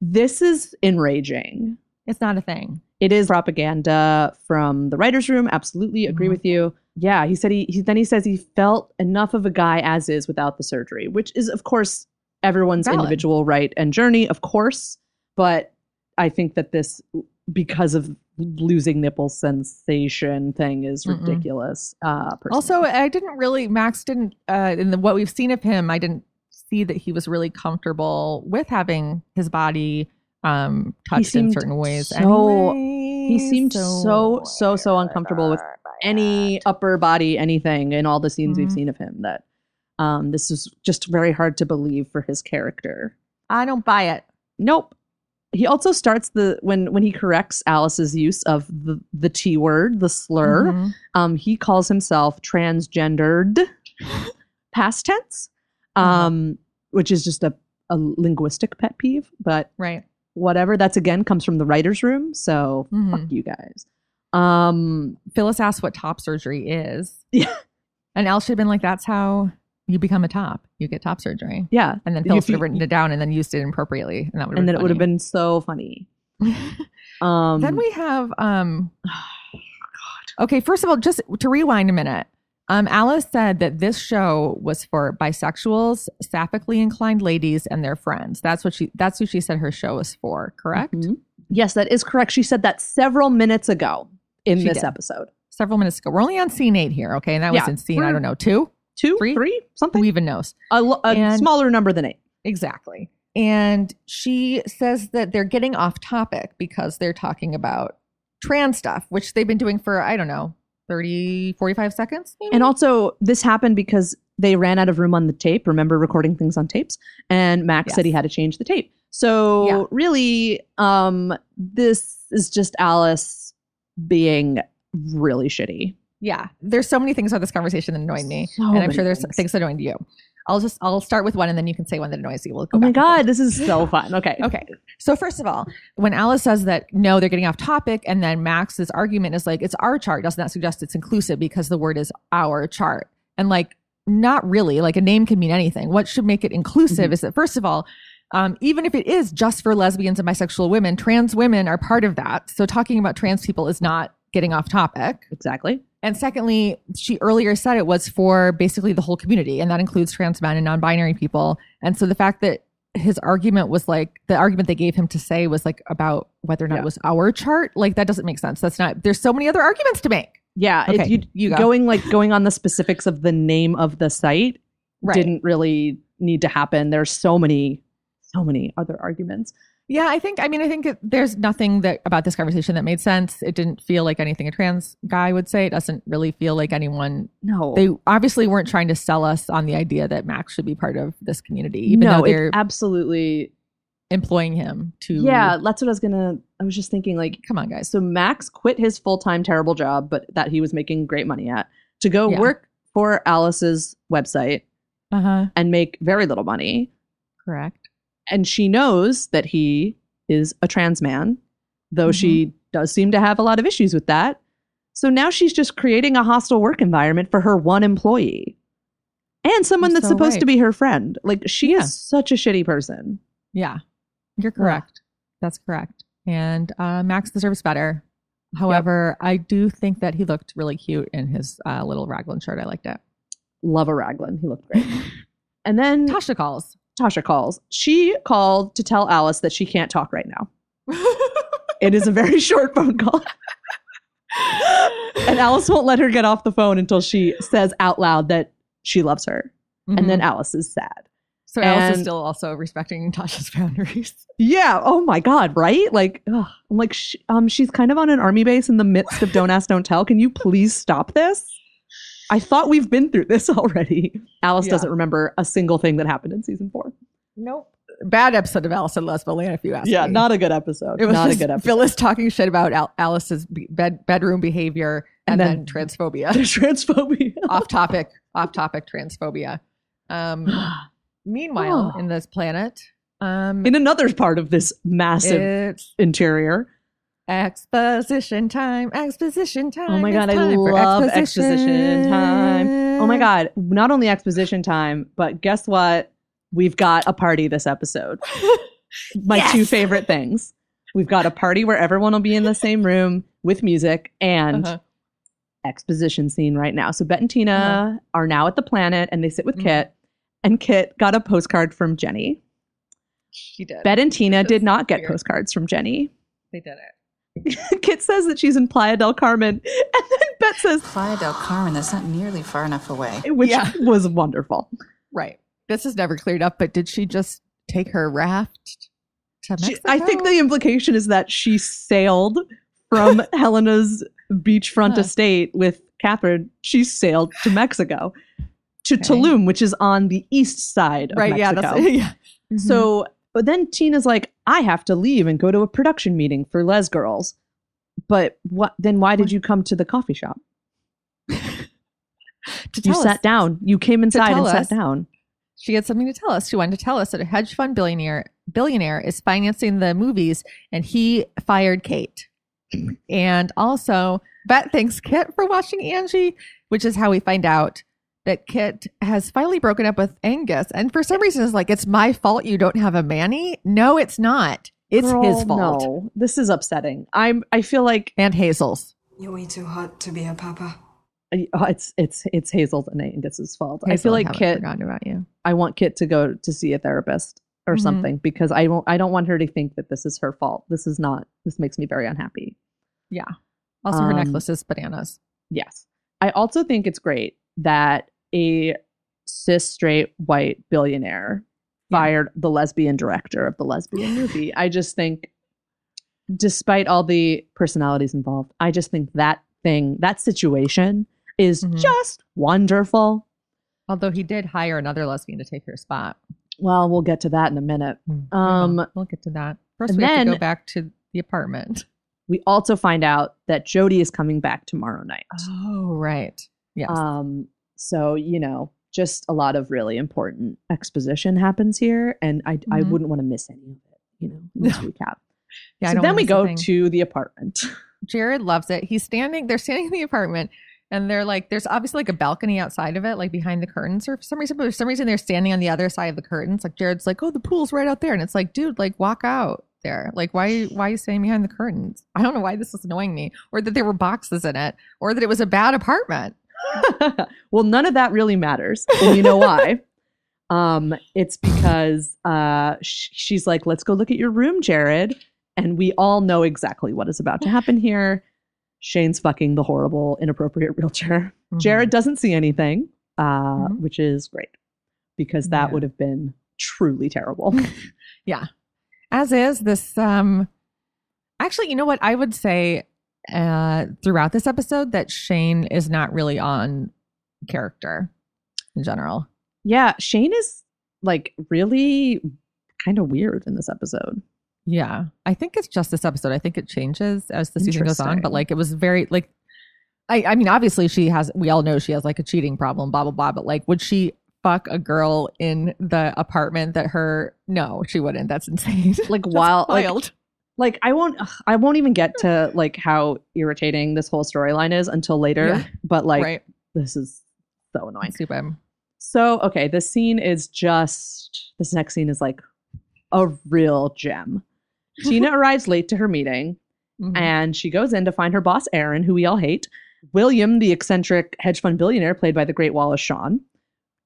Speaker 3: this is enraging.
Speaker 2: It's not a thing.
Speaker 3: It is propaganda from the writers' room. Absolutely agree
Speaker 2: Mhm.
Speaker 3: with you. Yeah, he said he, he then he says he felt enough of a guy as is without the surgery, which is of course everyone's
Speaker 2: Valid.
Speaker 3: individual right and journey, of course. But I think that this because of losing nipple sensation thing is
Speaker 2: Mm-mm.
Speaker 3: ridiculous. Uh, personally.
Speaker 2: Also, I didn't really Max didn't uh, in the, what we've seen of him. I didn't see that he was really comfortable with having his body um, touched in
Speaker 3: seemed
Speaker 2: certain ways.
Speaker 3: so-
Speaker 2: anyway,
Speaker 3: he seemed so so so uncomfortable with any upper body anything in all the scenes we've
Speaker 2: Mhm.
Speaker 3: seen of him that um, this is just very hard to believe for his character.
Speaker 2: I don't buy it.
Speaker 3: Nope. he also starts the when when he corrects Alice's use of the the T word, the slur.
Speaker 2: Mhm.
Speaker 3: Um, he calls himself transgendered, past tense, um, which is just a, a linguistic pet peeve. But
Speaker 2: Right.
Speaker 3: whatever, that's again comes from the writers' room. So
Speaker 2: Mhm.
Speaker 3: fuck you guys. Um,
Speaker 2: Phyllis asked what top surgery is.
Speaker 3: Yeah.
Speaker 2: And Elle should have been like, that's how you become a top. You get top surgery.
Speaker 3: yeah,
Speaker 2: And then
Speaker 3: If
Speaker 2: Phyllis would have
Speaker 3: you-
Speaker 2: written it down and then used it appropriately. And that would
Speaker 3: and then it would have been so funny. Um,
Speaker 2: then we have
Speaker 3: [SIGHS]
Speaker 2: um
Speaker 3: Oh,
Speaker 2: Okay, first of all, just to rewind a minute. Um, Alice said that this show was for bisexuals, sapphically inclined ladies, and their friends. That's what she that's who she said her show was for, correct?
Speaker 3: Mhm. Yes, that is correct. She said that several minutes ago in
Speaker 2: She
Speaker 3: this
Speaker 2: did.
Speaker 3: episode.
Speaker 2: Several minutes ago. We're only on scene eight here, okay? And that was
Speaker 3: Yeah,
Speaker 2: in scene, I
Speaker 3: we're-
Speaker 2: don't know, two?
Speaker 3: Two,
Speaker 2: Three?
Speaker 3: three, something.
Speaker 2: Who even knows?
Speaker 3: a, lo- a
Speaker 2: And-
Speaker 3: smaller number than eight.
Speaker 2: Exactly. And she says that they're getting off topic because they're talking about trans stuff, which they've been doing for, I don't know, 30, 45 seconds. maybe?
Speaker 3: And also, this happened because they ran out of room on the tape. Remember recording things on tapes? And Max said he had to change the tape. So
Speaker 2: Yeah.
Speaker 3: really, um, this is just Alice being really shitty.
Speaker 2: yeah, there's so many things about this conversation that annoyed me.
Speaker 3: So
Speaker 2: and I'm
Speaker 3: many
Speaker 2: sure there's
Speaker 3: things.
Speaker 2: things that annoyed you. I'll just, I'll start with one and then you can say one that annoys you. We'll go
Speaker 3: Oh my
Speaker 2: back and forth.
Speaker 3: god, this is
Speaker 2: [GASPS]
Speaker 3: so fun. Okay,
Speaker 2: Okay. So first of all, when Alice says that no, they're getting off topic, and then Max's argument is like, it's our chart, doesn't that suggest it's inclusive because the word is our chart? And like, not really. Like a name can mean anything. What should make it inclusive
Speaker 3: Mm-hmm.
Speaker 2: is that first of all, um, even if it is just for lesbians and bisexual women, trans women are part of that. So talking about trans people is not getting off topic.
Speaker 3: exactly.
Speaker 2: And secondly, she earlier said it was for basically the whole community, and that includes trans men and non binary people. And so the fact that his argument was like the argument they gave him to say was like about whether or not
Speaker 3: Yeah.
Speaker 2: it was our chart, like that doesn't make sense. That's not, there's so many other arguments to make.
Speaker 3: Yeah,
Speaker 2: Okay,
Speaker 3: if you,
Speaker 2: you go.
Speaker 3: going like going on the specifics of the name of the site
Speaker 2: Right.
Speaker 3: didn't really need to happen. There's so many, so many other arguments.
Speaker 2: Yeah, I think, I mean, I think it, there's nothing that about this conversation that made sense. It didn't feel like anything a trans guy would say. It doesn't really feel like anyone,
Speaker 3: No,
Speaker 2: they obviously weren't trying to sell us on the idea that Max should be part of this community, even
Speaker 3: no,
Speaker 2: though
Speaker 3: it
Speaker 2: they're
Speaker 3: absolutely
Speaker 2: employing him to.
Speaker 3: Yeah, that's what I was gonna. I was just thinking, like,
Speaker 2: Come on, guys.
Speaker 3: so Max quit his full time terrible job, but that he was making great money at, to go
Speaker 2: Yeah.
Speaker 3: work for Alice's website
Speaker 2: Uh huh.
Speaker 3: and make very little money.
Speaker 2: Correct.
Speaker 3: And she knows that he is a trans man, though
Speaker 2: Mm-hmm.
Speaker 3: she does seem to have a lot of issues with that. So now she's just creating a hostile work environment for her one employee and someone
Speaker 2: You're
Speaker 3: that's
Speaker 2: so
Speaker 3: supposed to
Speaker 2: right.
Speaker 3: be her friend. Like, she
Speaker 2: Yeah.
Speaker 3: is such a shitty person.
Speaker 2: Yeah, you're correct. That's correct. And uh, Max deserves better. However, I do think that he looked really cute in his uh, little raglan shirt. I liked it.
Speaker 3: Love a Raglan. He looked
Speaker 2: [LAUGHS]
Speaker 3: great. And then
Speaker 2: Tasha calls.
Speaker 3: Tasha calls. She called to tell Alice that she can't talk right now. It is a very [LAUGHS] short phone call. and Alice won't let her get off the phone until she says out loud that she loves her.
Speaker 2: Mhm.
Speaker 3: And then Alice is sad.
Speaker 2: so Alice is
Speaker 3: and-
Speaker 2: still also respecting [LAUGHS] Tasha's boundaries.
Speaker 3: Yeah. Oh my God. Right? Like, ugh. I'm like, sh- um, she's kind of on an army base in the midst of Don't Ask, Don't Tell. Can you please stop this? I thought we've been through this already. Alice
Speaker 2: Yeah.
Speaker 3: doesn't remember a single thing that happened in season four.
Speaker 2: Nope. Bad episode of Alice and Lesbo Land, if you ask
Speaker 3: Yeah.
Speaker 2: me.
Speaker 3: Not a good episode.
Speaker 2: It was
Speaker 3: not a
Speaker 2: just
Speaker 3: good episode.
Speaker 2: Phyllis talking shit about Al- Alice's be- bed- bedroom behavior and,
Speaker 3: And
Speaker 2: then,
Speaker 3: then-
Speaker 2: transphobia.
Speaker 3: There's transphobia.
Speaker 2: [LAUGHS] off topic. Off topic transphobia. [GASPS] Um, Meanwhile,
Speaker 3: Oh.
Speaker 2: in this planet, um,
Speaker 3: in another part of this massive
Speaker 2: it's
Speaker 3: interior.
Speaker 2: exposition time. Exposition time.
Speaker 3: Oh my
Speaker 2: it's
Speaker 3: god, I
Speaker 2: time for
Speaker 3: love exposition time. Oh my god, not only exposition time, but guess what? We've got a party
Speaker 2: [LAUGHS]
Speaker 3: this episode. My two favorite things. We've got a party where everyone will be in the same room with music and
Speaker 2: Uh-huh.
Speaker 3: exposition scene right now. So Bet and Tina
Speaker 2: Uh-huh.
Speaker 3: are now at the planet and they sit with
Speaker 2: Mhm.
Speaker 3: Kit. And Kit got a postcard from Jenny.
Speaker 2: She did.
Speaker 3: Bet and Tina did not get
Speaker 2: weird.
Speaker 3: postcards from Jenny. [LAUGHS]
Speaker 2: They did it.
Speaker 3: Kit says that she's in Playa del Carmen, [LAUGHS] and then Bet says,
Speaker 4: Playa del Carmen, that's not nearly far enough away.
Speaker 3: which
Speaker 2: Yeah.
Speaker 3: [LAUGHS] was wonderful.
Speaker 2: Right. This is never cleared up, but did she just take her raft to
Speaker 3: She-
Speaker 2: Mexico?
Speaker 3: I think the implication is that she sailed
Speaker 2: [LAUGHS]
Speaker 3: from Helena's beachfront
Speaker 2: Huh.
Speaker 3: estate with Catherine. She sailed to Mexico, to
Speaker 2: Okay.
Speaker 3: Tulum, which is on the east side of
Speaker 2: Right. [LAUGHS] Yeah.
Speaker 3: Mexico. Mm-hmm.
Speaker 2: That's, yeah.
Speaker 3: So, but then Tina's like, I have to leave and go to a production meeting for Les Girls. But what then why did you come to the coffee shop?
Speaker 2: To
Speaker 3: You
Speaker 2: tell
Speaker 3: sat
Speaker 2: us.
Speaker 3: down. You came inside
Speaker 2: tell
Speaker 3: and
Speaker 2: us.
Speaker 3: sat down.
Speaker 2: She had something to tell us. She wanted to tell us that a hedge fund billionaire billionaire is financing the movies, and he fired
Speaker 3: [CLEARS THROAT]
Speaker 2: Kate. and also, Bet thanks Kit for watching Angie, which is how we find out that Kit has finally broken up with Angus. And for some reason, is like it's my fault you don't have a Manny. No, it's not. It's
Speaker 3: Girl,
Speaker 2: his fault.
Speaker 3: No, this is upsetting. I'm I feel like
Speaker 2: And Hazel's.
Speaker 1: You're way too hot to be a papa.
Speaker 3: uh, it's it's it's Hazel's and Angus's fault. I
Speaker 2: Hazel,
Speaker 3: feel like
Speaker 2: haven't
Speaker 3: Kit
Speaker 2: forgotten about you.
Speaker 3: I want Kit to go to see a therapist or
Speaker 2: Mhm.
Speaker 3: something because I won't I don't want her to think that this is her fault. This is not this makes me very unhappy.
Speaker 2: Yeah. Also, her
Speaker 3: Um,
Speaker 2: necklace is bananas.
Speaker 3: Yes. I also think it's great that a cis straight white billionaire
Speaker 2: Yeah.
Speaker 3: fired the lesbian director of
Speaker 2: [LAUGHS]
Speaker 3: the lesbian movie. I just think despite all the personalities involved, I just think that thing, that situation is
Speaker 2: Mhm.
Speaker 3: just wonderful.
Speaker 2: Although he did hire another lesbian to take her spot.
Speaker 3: Well, we'll get to that in a minute. Um,
Speaker 2: Um, we'll get to that. First,
Speaker 3: and
Speaker 2: we have to go
Speaker 3: then-
Speaker 2: back to the apartment.
Speaker 3: We also find out that Jody is coming back tomorrow night.
Speaker 2: [LAUGHS] Oh, right. Uh, Yes.
Speaker 3: Um, so you know, just a lot of really important exposition happens here, and I I
Speaker 2: Mhm.
Speaker 3: wouldn't want to miss any of it.
Speaker 2: [LAUGHS]
Speaker 3: You know, in this recap.
Speaker 2: Yeah, I
Speaker 3: so
Speaker 2: don't
Speaker 3: then
Speaker 2: wanna
Speaker 3: we
Speaker 2: miss a
Speaker 3: go
Speaker 2: thing.
Speaker 3: to the apartment.
Speaker 2: Jared loves it. He's standing. They're standing in the apartment, and they're like, there's obviously like a balcony outside of it, like behind the curtains, or for some reason, but for some reason they're standing on the other side of the curtains. Like Jared's like, oh, the pool's right out there, and it's like, dude, like walk out there. Like why why are you standing behind the curtains? I don't know why this is annoying me, or that there were boxes in it, or that it was a bad apartment.
Speaker 3: [LAUGHS] well, none of that really matters, and you know
Speaker 2: [LAUGHS]
Speaker 3: why? Um, it's because uh, sh- she's like, "Let's go look at your room, Jared," and we all know exactly what is about to happen here. Shane's fucking the horrible, inappropriate realtor.
Speaker 2: Mm-hmm.
Speaker 3: Jared doesn't see anything, uh,
Speaker 2: Mhm.
Speaker 3: which is great because that
Speaker 2: Yeah.
Speaker 3: would have been
Speaker 2: [LAUGHS]
Speaker 3: truly terrible.
Speaker 2: as is this um actually you know what i would say uh throughout this episode that shane is not really on character in general
Speaker 3: yeah, Shane is like really kind of weird in this episode.
Speaker 2: yeah i think it's just this episode i think it changes as the season goes on but
Speaker 3: Interesting.
Speaker 2: like it was very like i i mean obviously she has we all know she has like a cheating problem blah blah blah but like would she fuck a girl in the apartment that her no she wouldn't that's insane [LAUGHS]
Speaker 3: Like
Speaker 2: That's
Speaker 3: while like,
Speaker 2: wild
Speaker 3: like I won't ugh, I won't even get to like how irritating this whole storyline is until later,
Speaker 2: Yeah.
Speaker 3: but like
Speaker 2: right
Speaker 3: this is so annoying.
Speaker 2: stupid
Speaker 3: So, okay, this scene is just this next scene is like a real gem.
Speaker 2: [LAUGHS]
Speaker 3: Tina arrives late to her meeting
Speaker 2: Mhm.
Speaker 3: and she goes in to find her boss Aaron, who we all hate. William, the eccentric hedge fund billionaire, played by the great Wallace Shawn,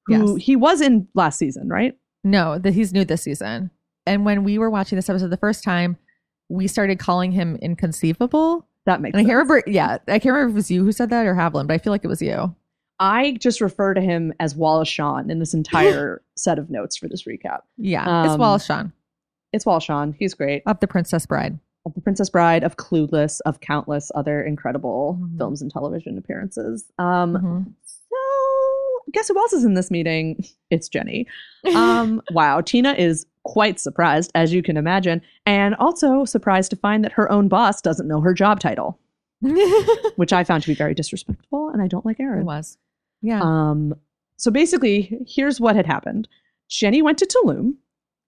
Speaker 3: who
Speaker 2: Yes.
Speaker 3: he was in last season, right?
Speaker 2: No, that he's new this season. And when we were watching this episode the first time, we started calling him inconceivable.
Speaker 3: That makes.
Speaker 2: And I
Speaker 3: sense.
Speaker 2: can't remember. Yeah, I can't remember if it was you who said that or Havlin, but I feel like it was you.
Speaker 3: I just refer to him as Wallace Shawn in this entire set of notes for this recap.
Speaker 2: Yeah, it's
Speaker 3: Um,
Speaker 2: Wallace Shawn
Speaker 3: It's Wallace Shawn. He's great.
Speaker 2: of The Princess Bride.
Speaker 3: Of The Princess Bride, of Clueless, of countless other incredible
Speaker 2: Mhm.
Speaker 3: films and television appearances. Um,
Speaker 2: Mhm.
Speaker 3: So, guess who else is in this meeting? [LAUGHS] It's Jenny. Um, wow, Tina is quite surprised, as you can imagine, and also surprised to find that her own boss doesn't know her job title,
Speaker 2: it
Speaker 3: which I found to be very disrespectful, and I don't like Aaron.
Speaker 2: was. Yeah,
Speaker 3: Um, so basically, here's what had happened: Jenny went to Tulum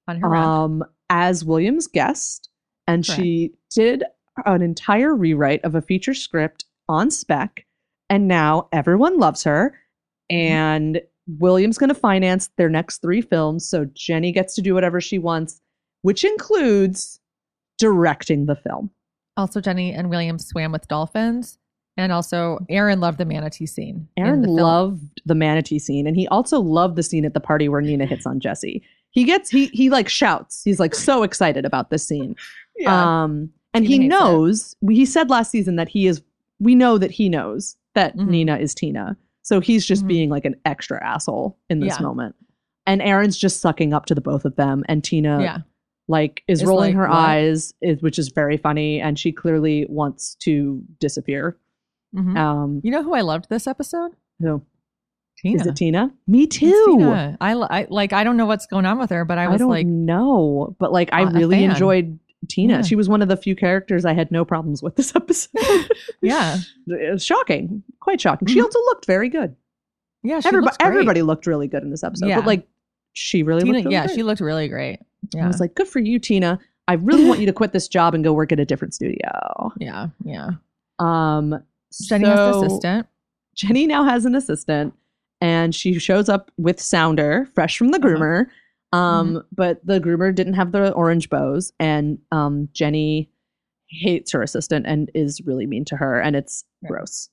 Speaker 2: on her round.
Speaker 3: um, as Williams' guest, and
Speaker 2: Correct.
Speaker 3: she did an entire rewrite of a feature script on spec, and now everyone loves her.
Speaker 2: Mm-hmm.
Speaker 3: And Williams going to finance their next three films, so Jenny gets to do whatever she wants, which includes directing the film.
Speaker 2: Also, Jenny and William swam with dolphins, and also Aaron loved the manatee scene. in
Speaker 3: Aaron
Speaker 2: the film.
Speaker 3: loved the manatee scene, and he also loved the scene at the party where Nina hits on Jesse. He gets he he like shouts. He's like so excited about this scene.
Speaker 2: [LAUGHS] Yeah.
Speaker 3: Um, and
Speaker 2: Tina
Speaker 3: he
Speaker 2: hates it.
Speaker 3: knows, he said last season that he is, we know that he knows that
Speaker 2: Mhm.
Speaker 3: Nina is Tina. So he's just
Speaker 2: Mhm.
Speaker 3: being like an extra asshole in this
Speaker 2: Yeah.
Speaker 3: moment. And Aaron's just sucking up to the both of them. And Tina,
Speaker 2: yeah.
Speaker 3: like, is
Speaker 2: Is
Speaker 3: rolling
Speaker 2: like,
Speaker 3: her
Speaker 2: what?
Speaker 3: eyes, is, which is very funny. And she clearly wants to disappear.
Speaker 2: Mhm.
Speaker 3: Um,
Speaker 2: you know who I loved this episode?
Speaker 3: who?
Speaker 2: Tina.
Speaker 3: Is it Tina? Me too.
Speaker 2: It's Tina. I, li- I like. I don't know what's going on with her, but I
Speaker 3: I,
Speaker 2: was
Speaker 3: don't
Speaker 2: like,
Speaker 3: know, but like I
Speaker 2: a- a
Speaker 3: really
Speaker 2: fan.
Speaker 3: enjoyed Tina.
Speaker 2: Yeah.
Speaker 3: She was one of the few characters I had no problems with this [LAUGHS] episode. [LAUGHS]
Speaker 2: yeah,
Speaker 3: It was shocking, quite shocking. She also looked very good.
Speaker 2: yeah. She
Speaker 3: Everybody,
Speaker 2: looks great.
Speaker 3: everybody looked really good in this episode,
Speaker 2: Yeah.
Speaker 3: but like she really
Speaker 2: Tina,
Speaker 3: looked. Really
Speaker 2: yeah,
Speaker 3: great.
Speaker 2: she looked really great. Yeah,
Speaker 3: I was like, good for you, Tina. I really want you to quit this job and go work at a different studio.
Speaker 2: yeah, yeah.
Speaker 3: Um,
Speaker 2: Jenny has
Speaker 3: so
Speaker 2: the assistant.
Speaker 3: Jenny now has an assistant, and she shows up with Sounder, fresh from the
Speaker 2: Uh-huh.
Speaker 3: groomer. Um,
Speaker 2: Mm-hmm.
Speaker 3: But the groomer didn't have the orange bows, and um, Jenny hates her assistant and is really mean to her, and it's
Speaker 2: Right.
Speaker 3: gross.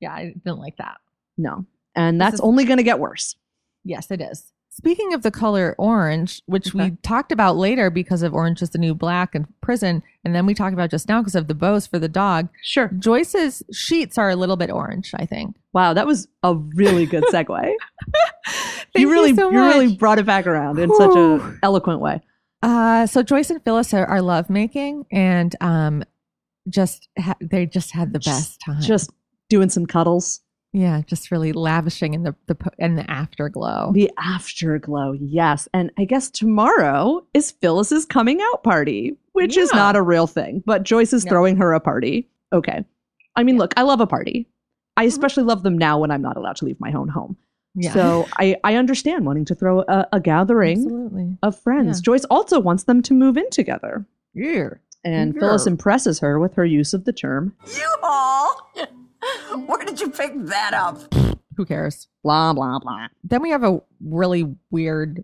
Speaker 2: Yeah, I didn't like that.
Speaker 3: No, and that's
Speaker 2: is-
Speaker 3: only going to get worse.
Speaker 2: Yes, it is. Speaking of the color orange, which we
Speaker 3: Okay.
Speaker 2: talked about later because of Orange is the New Black and Prison, and then we talked about just now because of the bows for the dog.
Speaker 3: Sure.
Speaker 2: Joyce's sheets are a little bit orange, I [LAUGHS] think.
Speaker 3: Wow, that was a really
Speaker 2: [LAUGHS]
Speaker 3: good segue.
Speaker 2: Thank
Speaker 3: really,
Speaker 2: so
Speaker 3: really
Speaker 2: much.
Speaker 3: brought it back around in such a
Speaker 2: Whew.
Speaker 3: eloquent way.
Speaker 2: Uh, so Joyce and Phyllis are, are lovemaking, and um, just ha- they just had the best
Speaker 3: Just-
Speaker 2: time.
Speaker 3: Just doing some cuddles.
Speaker 2: yeah, just really lavishing in the the po- and the afterglow.
Speaker 3: The afterglow, yes. And I guess tomorrow is Phyllis's coming out party, which is
Speaker 2: Yeah.
Speaker 3: not a real thing, but Joyce is
Speaker 2: No.
Speaker 3: throwing her a party. Okay. I mean, look, I love a party. I especially love them now when I'm not allowed to leave my own home.
Speaker 2: Mm-hmm. Yeah,
Speaker 3: So I, I understand wanting to throw a, a gathering
Speaker 2: absolutely.
Speaker 3: of friends.
Speaker 2: Yeah.
Speaker 3: Joyce also wants them to move in together.
Speaker 2: Yeah.
Speaker 3: And Phyllis impresses her with her use of the term
Speaker 4: U-Haul? Where did you pick that up?
Speaker 2: Who cares?
Speaker 3: blah, blah, blah.
Speaker 2: then we have a really weird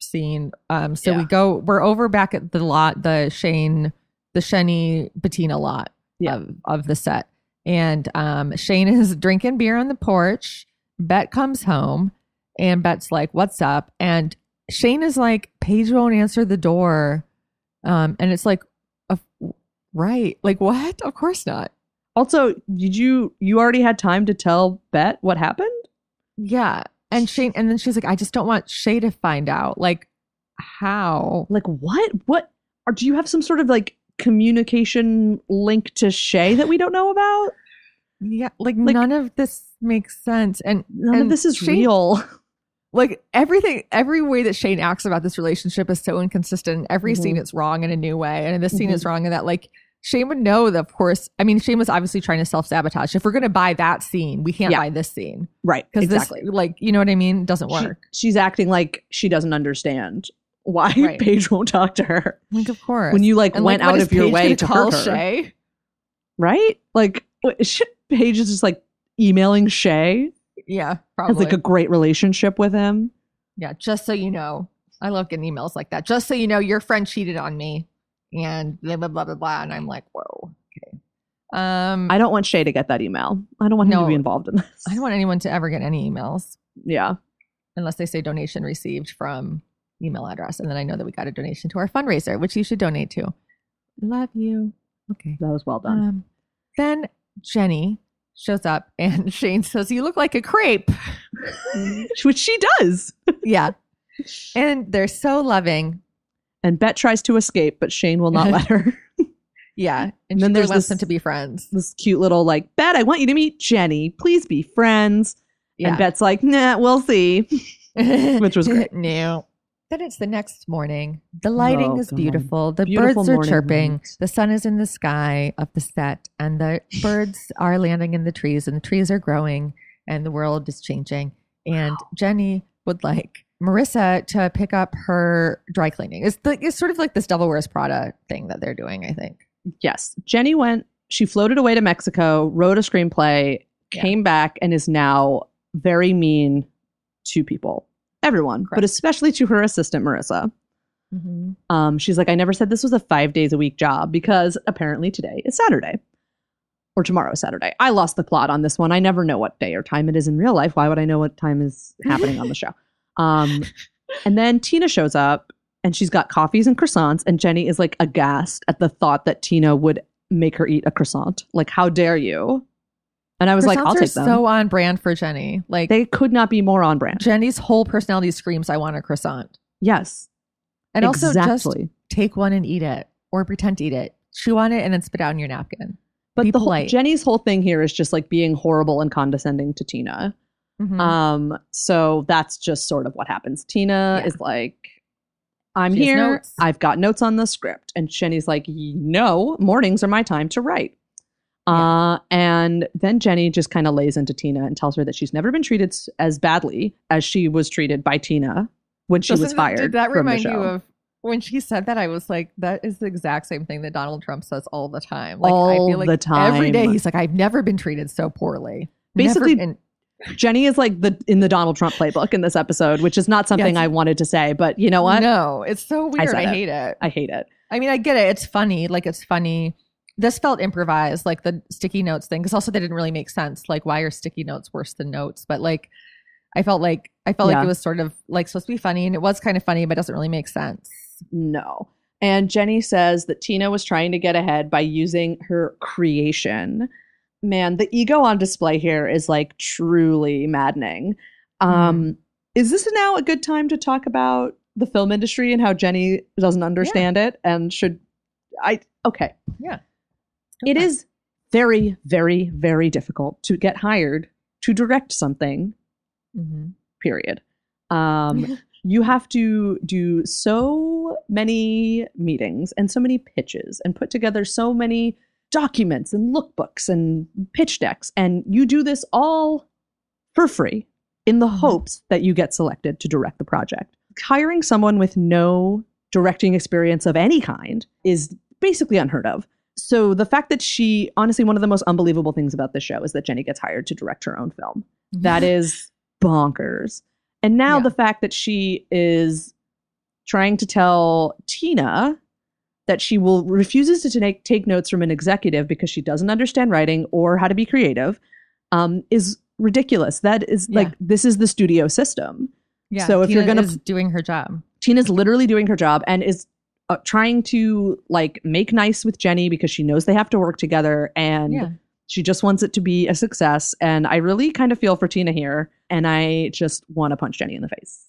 Speaker 2: scene. Um, so we go, we're over back at the lot, the Shane, the Shenny Bettina lot
Speaker 3: Yeah.
Speaker 2: of, of the set. And um, Shane is [LAUGHS] drinking beer on the porch. Bet comes home and Bet's like, What's up? And Shane is like, Paige won't answer the door. Um, and it's like, "Of- Right. Like, what? Of course not.
Speaker 3: Also, did you you already had time to tell Bet what happened?
Speaker 2: Yeah. And Shane, and then she's like, I just don't want Shay to find out. Like, how?
Speaker 3: like what what or do you have some sort of like communication link to shay that we don't know about
Speaker 2: Yeah, like,
Speaker 3: Like-
Speaker 2: none of this makes sense, and
Speaker 3: none of
Speaker 2: And
Speaker 3: this is
Speaker 2: Shay-
Speaker 3: real [LAUGHS]
Speaker 2: like everything, every way that Shane acts about this relationship is so inconsistent. Every
Speaker 3: Mm-hmm.
Speaker 2: scene is wrong in a new way, and in this scene is wrong in that. Like Shane would know that, of course. I mean, Shane was obviously trying to self sabotage. If we're going to buy that scene, we can't
Speaker 3: Yeah.
Speaker 2: buy this scene
Speaker 3: right
Speaker 2: because
Speaker 3: exactly
Speaker 2: this, like, you know what I mean, doesn't
Speaker 3: She-
Speaker 2: work.
Speaker 3: she's acting like she doesn't understand why
Speaker 2: Right.
Speaker 3: [LAUGHS] paige won't talk to her
Speaker 2: like, of course,
Speaker 3: when you like
Speaker 2: And,
Speaker 3: went
Speaker 2: what
Speaker 3: out
Speaker 2: is
Speaker 3: of your
Speaker 2: Paige
Speaker 3: way
Speaker 2: gonna
Speaker 3: to
Speaker 2: call
Speaker 3: hurt her
Speaker 2: Shay.
Speaker 3: right like [LAUGHS] what- sh- paige is just like emailing shay
Speaker 2: Yeah,
Speaker 3: has
Speaker 2: probably.
Speaker 3: like a great relationship with him
Speaker 2: yeah, just so you know, I love getting emails like that. Just so you know, your friend cheated on me, and blah blah blah blah blah. And I'm like, whoa, okay. Um,
Speaker 3: i don't want shay to get that email i don't want him to
Speaker 2: No.
Speaker 3: be involved in this
Speaker 2: I don't want anyone to ever get any emails
Speaker 3: [LAUGHS] yeah
Speaker 2: unless they say donation received from email address, and then I know that we got a donation to our fundraiser, which you should donate to. Love you. Okay.
Speaker 3: that was well done
Speaker 2: Um, then Jenny shows up, and [LAUGHS] Shane says, "You look like a crepe."
Speaker 3: [LAUGHS] which she does
Speaker 2: Uh, yeah, and they're so loving.
Speaker 3: And Bet tries to escape, but Shane will [LAUGHS] not let her.
Speaker 2: Yeah, and,
Speaker 3: then
Speaker 2: then
Speaker 3: there's
Speaker 2: there's wants
Speaker 3: this-
Speaker 2: them to be friends.
Speaker 3: this cute little like, Bet, I want you to meet Jenny. Please be friends.
Speaker 2: Yeah.
Speaker 3: And Bet's like, nah, we'll see.
Speaker 2: [LAUGHS] which
Speaker 3: was great.
Speaker 2: no. Then it's the next morning. The lighting
Speaker 3: Oh,
Speaker 2: is
Speaker 3: God.
Speaker 2: beautiful. The
Speaker 3: Beautiful
Speaker 2: birds are
Speaker 3: morning
Speaker 2: chirping.
Speaker 3: light.
Speaker 2: The sun is in the sky of the set, and [SIGHS] the birds are landing in the trees, and the trees are growing, and the world is changing. And Jenny would like Marissa to pick up her dry cleaning. It's like it's sort of like this Devil Wears Prada thing that they're doing. I think.
Speaker 3: Yes. Jenny went, she floated away to Mexico, wrote a screenplay,
Speaker 2: Yeah.
Speaker 3: came back, and is now very mean to people. Everyone, but
Speaker 2: Correct.
Speaker 3: especially to her assistant, Marissa.
Speaker 2: Mm-hmm.
Speaker 3: Um, she's like, I never said this was a five days a week job because apparently today is Saturday or tomorrow is Saturday. I lost the plot on this one. I never know what day or time it is in real life. Why would I know what time is happening on the show?
Speaker 2: [LAUGHS]
Speaker 3: Um, and then Tina shows up and she's got coffees and croissants. And Jenny is like aghast at the thought that Tina would make her eat a croissant. Like, how dare you? And I was like,
Speaker 2: Croissants
Speaker 3: I'll
Speaker 2: are
Speaker 3: take them.
Speaker 2: So on brand for Jenny. Like
Speaker 3: they could not be more on brand.
Speaker 2: Jenny's whole personality screams, "I want a croissant,"
Speaker 3: Yes.
Speaker 2: and also just
Speaker 3: exactly.
Speaker 2: take one and eat it or pretend to eat it chew on it and then spit out in your napkin
Speaker 3: But
Speaker 2: Be
Speaker 3: the whole,
Speaker 2: polite.
Speaker 3: Jenny's whole thing here is just like being horrible and condescending to Tina.
Speaker 2: Mhm.
Speaker 3: Um, so that's just sort of what happens. Tina
Speaker 2: Yeah.
Speaker 3: is like, I'm
Speaker 2: She has
Speaker 3: here.
Speaker 2: notes.
Speaker 3: I've got notes on the script. And Jenny's like, no, mornings are my time to write. Uh, and then Jenny just kind of lays into Tina and tells her that she's never been treated s- as badly as she was treated by Tina when she was
Speaker 2: Doesn't that-
Speaker 3: fired.
Speaker 2: Did that
Speaker 3: from the
Speaker 2: remind you
Speaker 3: show.
Speaker 2: of when she said that? I was like, that is the exact same thing that Donald Trump says all the time. Like, I
Speaker 3: All
Speaker 2: feel like
Speaker 3: the time.
Speaker 2: Every day he's like, I've never been treated so poorly. Never
Speaker 3: Basically,
Speaker 2: been-
Speaker 3: Jenny is like the in the Donald Trump playbook in this episode, which is not something
Speaker 2: Yes.
Speaker 3: I wanted to say, but you know what?
Speaker 2: no, it's so weird.
Speaker 3: said
Speaker 2: I,
Speaker 3: it.
Speaker 2: hate it.
Speaker 3: I hate it.
Speaker 2: I mean, I get it. It's funny. Like, it's funny. This felt improvised, like the sticky notes thing, because also they didn't really make sense. Like, why are sticky notes worse than notes? But like, I felt like I felt
Speaker 3: Yeah.
Speaker 2: like it was sort of like supposed to be funny, and it was kind of funny, but it doesn't really make sense.
Speaker 3: No. And Jenny says that Tina was trying to get ahead by using her creation. Man, the ego on display here is like truly maddening. Um, is this now a good time to talk about the film industry and how Jenny doesn't understand it and should I okay.
Speaker 2: Yeah. Go
Speaker 3: It
Speaker 2: for it.
Speaker 3: is very, very, very difficult to get hired to direct something Mm-hmm.
Speaker 2: Mhm.
Speaker 3: period. Um, you have to do so many meetings and so many pitches and put together so many documents and lookbooks and pitch decks. And you do this all for free in the hopes that you get selected to direct the project. Hiring someone with no directing experience of any kind is basically unheard of. So the fact that she, honestly, one of the most unbelievable things about this show is that Jenny gets hired to direct her own film.
Speaker 2: Mm-hmm. [LAUGHS]
Speaker 3: That is bonkers. And now
Speaker 2: Yeah.
Speaker 3: the fact that she is trying to tell Tina that she will refuses to take, take notes from an executive because she doesn't understand writing or how to be creative um, is ridiculous. That is
Speaker 2: Yeah.
Speaker 3: like this is the studio system.
Speaker 2: Yeah.
Speaker 3: So if you're
Speaker 2: Tina
Speaker 3: gonna-
Speaker 2: is doing her job,
Speaker 3: Tina's literally doing her job and is uh, trying to like make nice with Jenny because she knows they have to work together and
Speaker 2: Yeah.
Speaker 3: she just wants it to be a success. And I really kind of feel for Tina here, and I just want to punch Jenny in the face.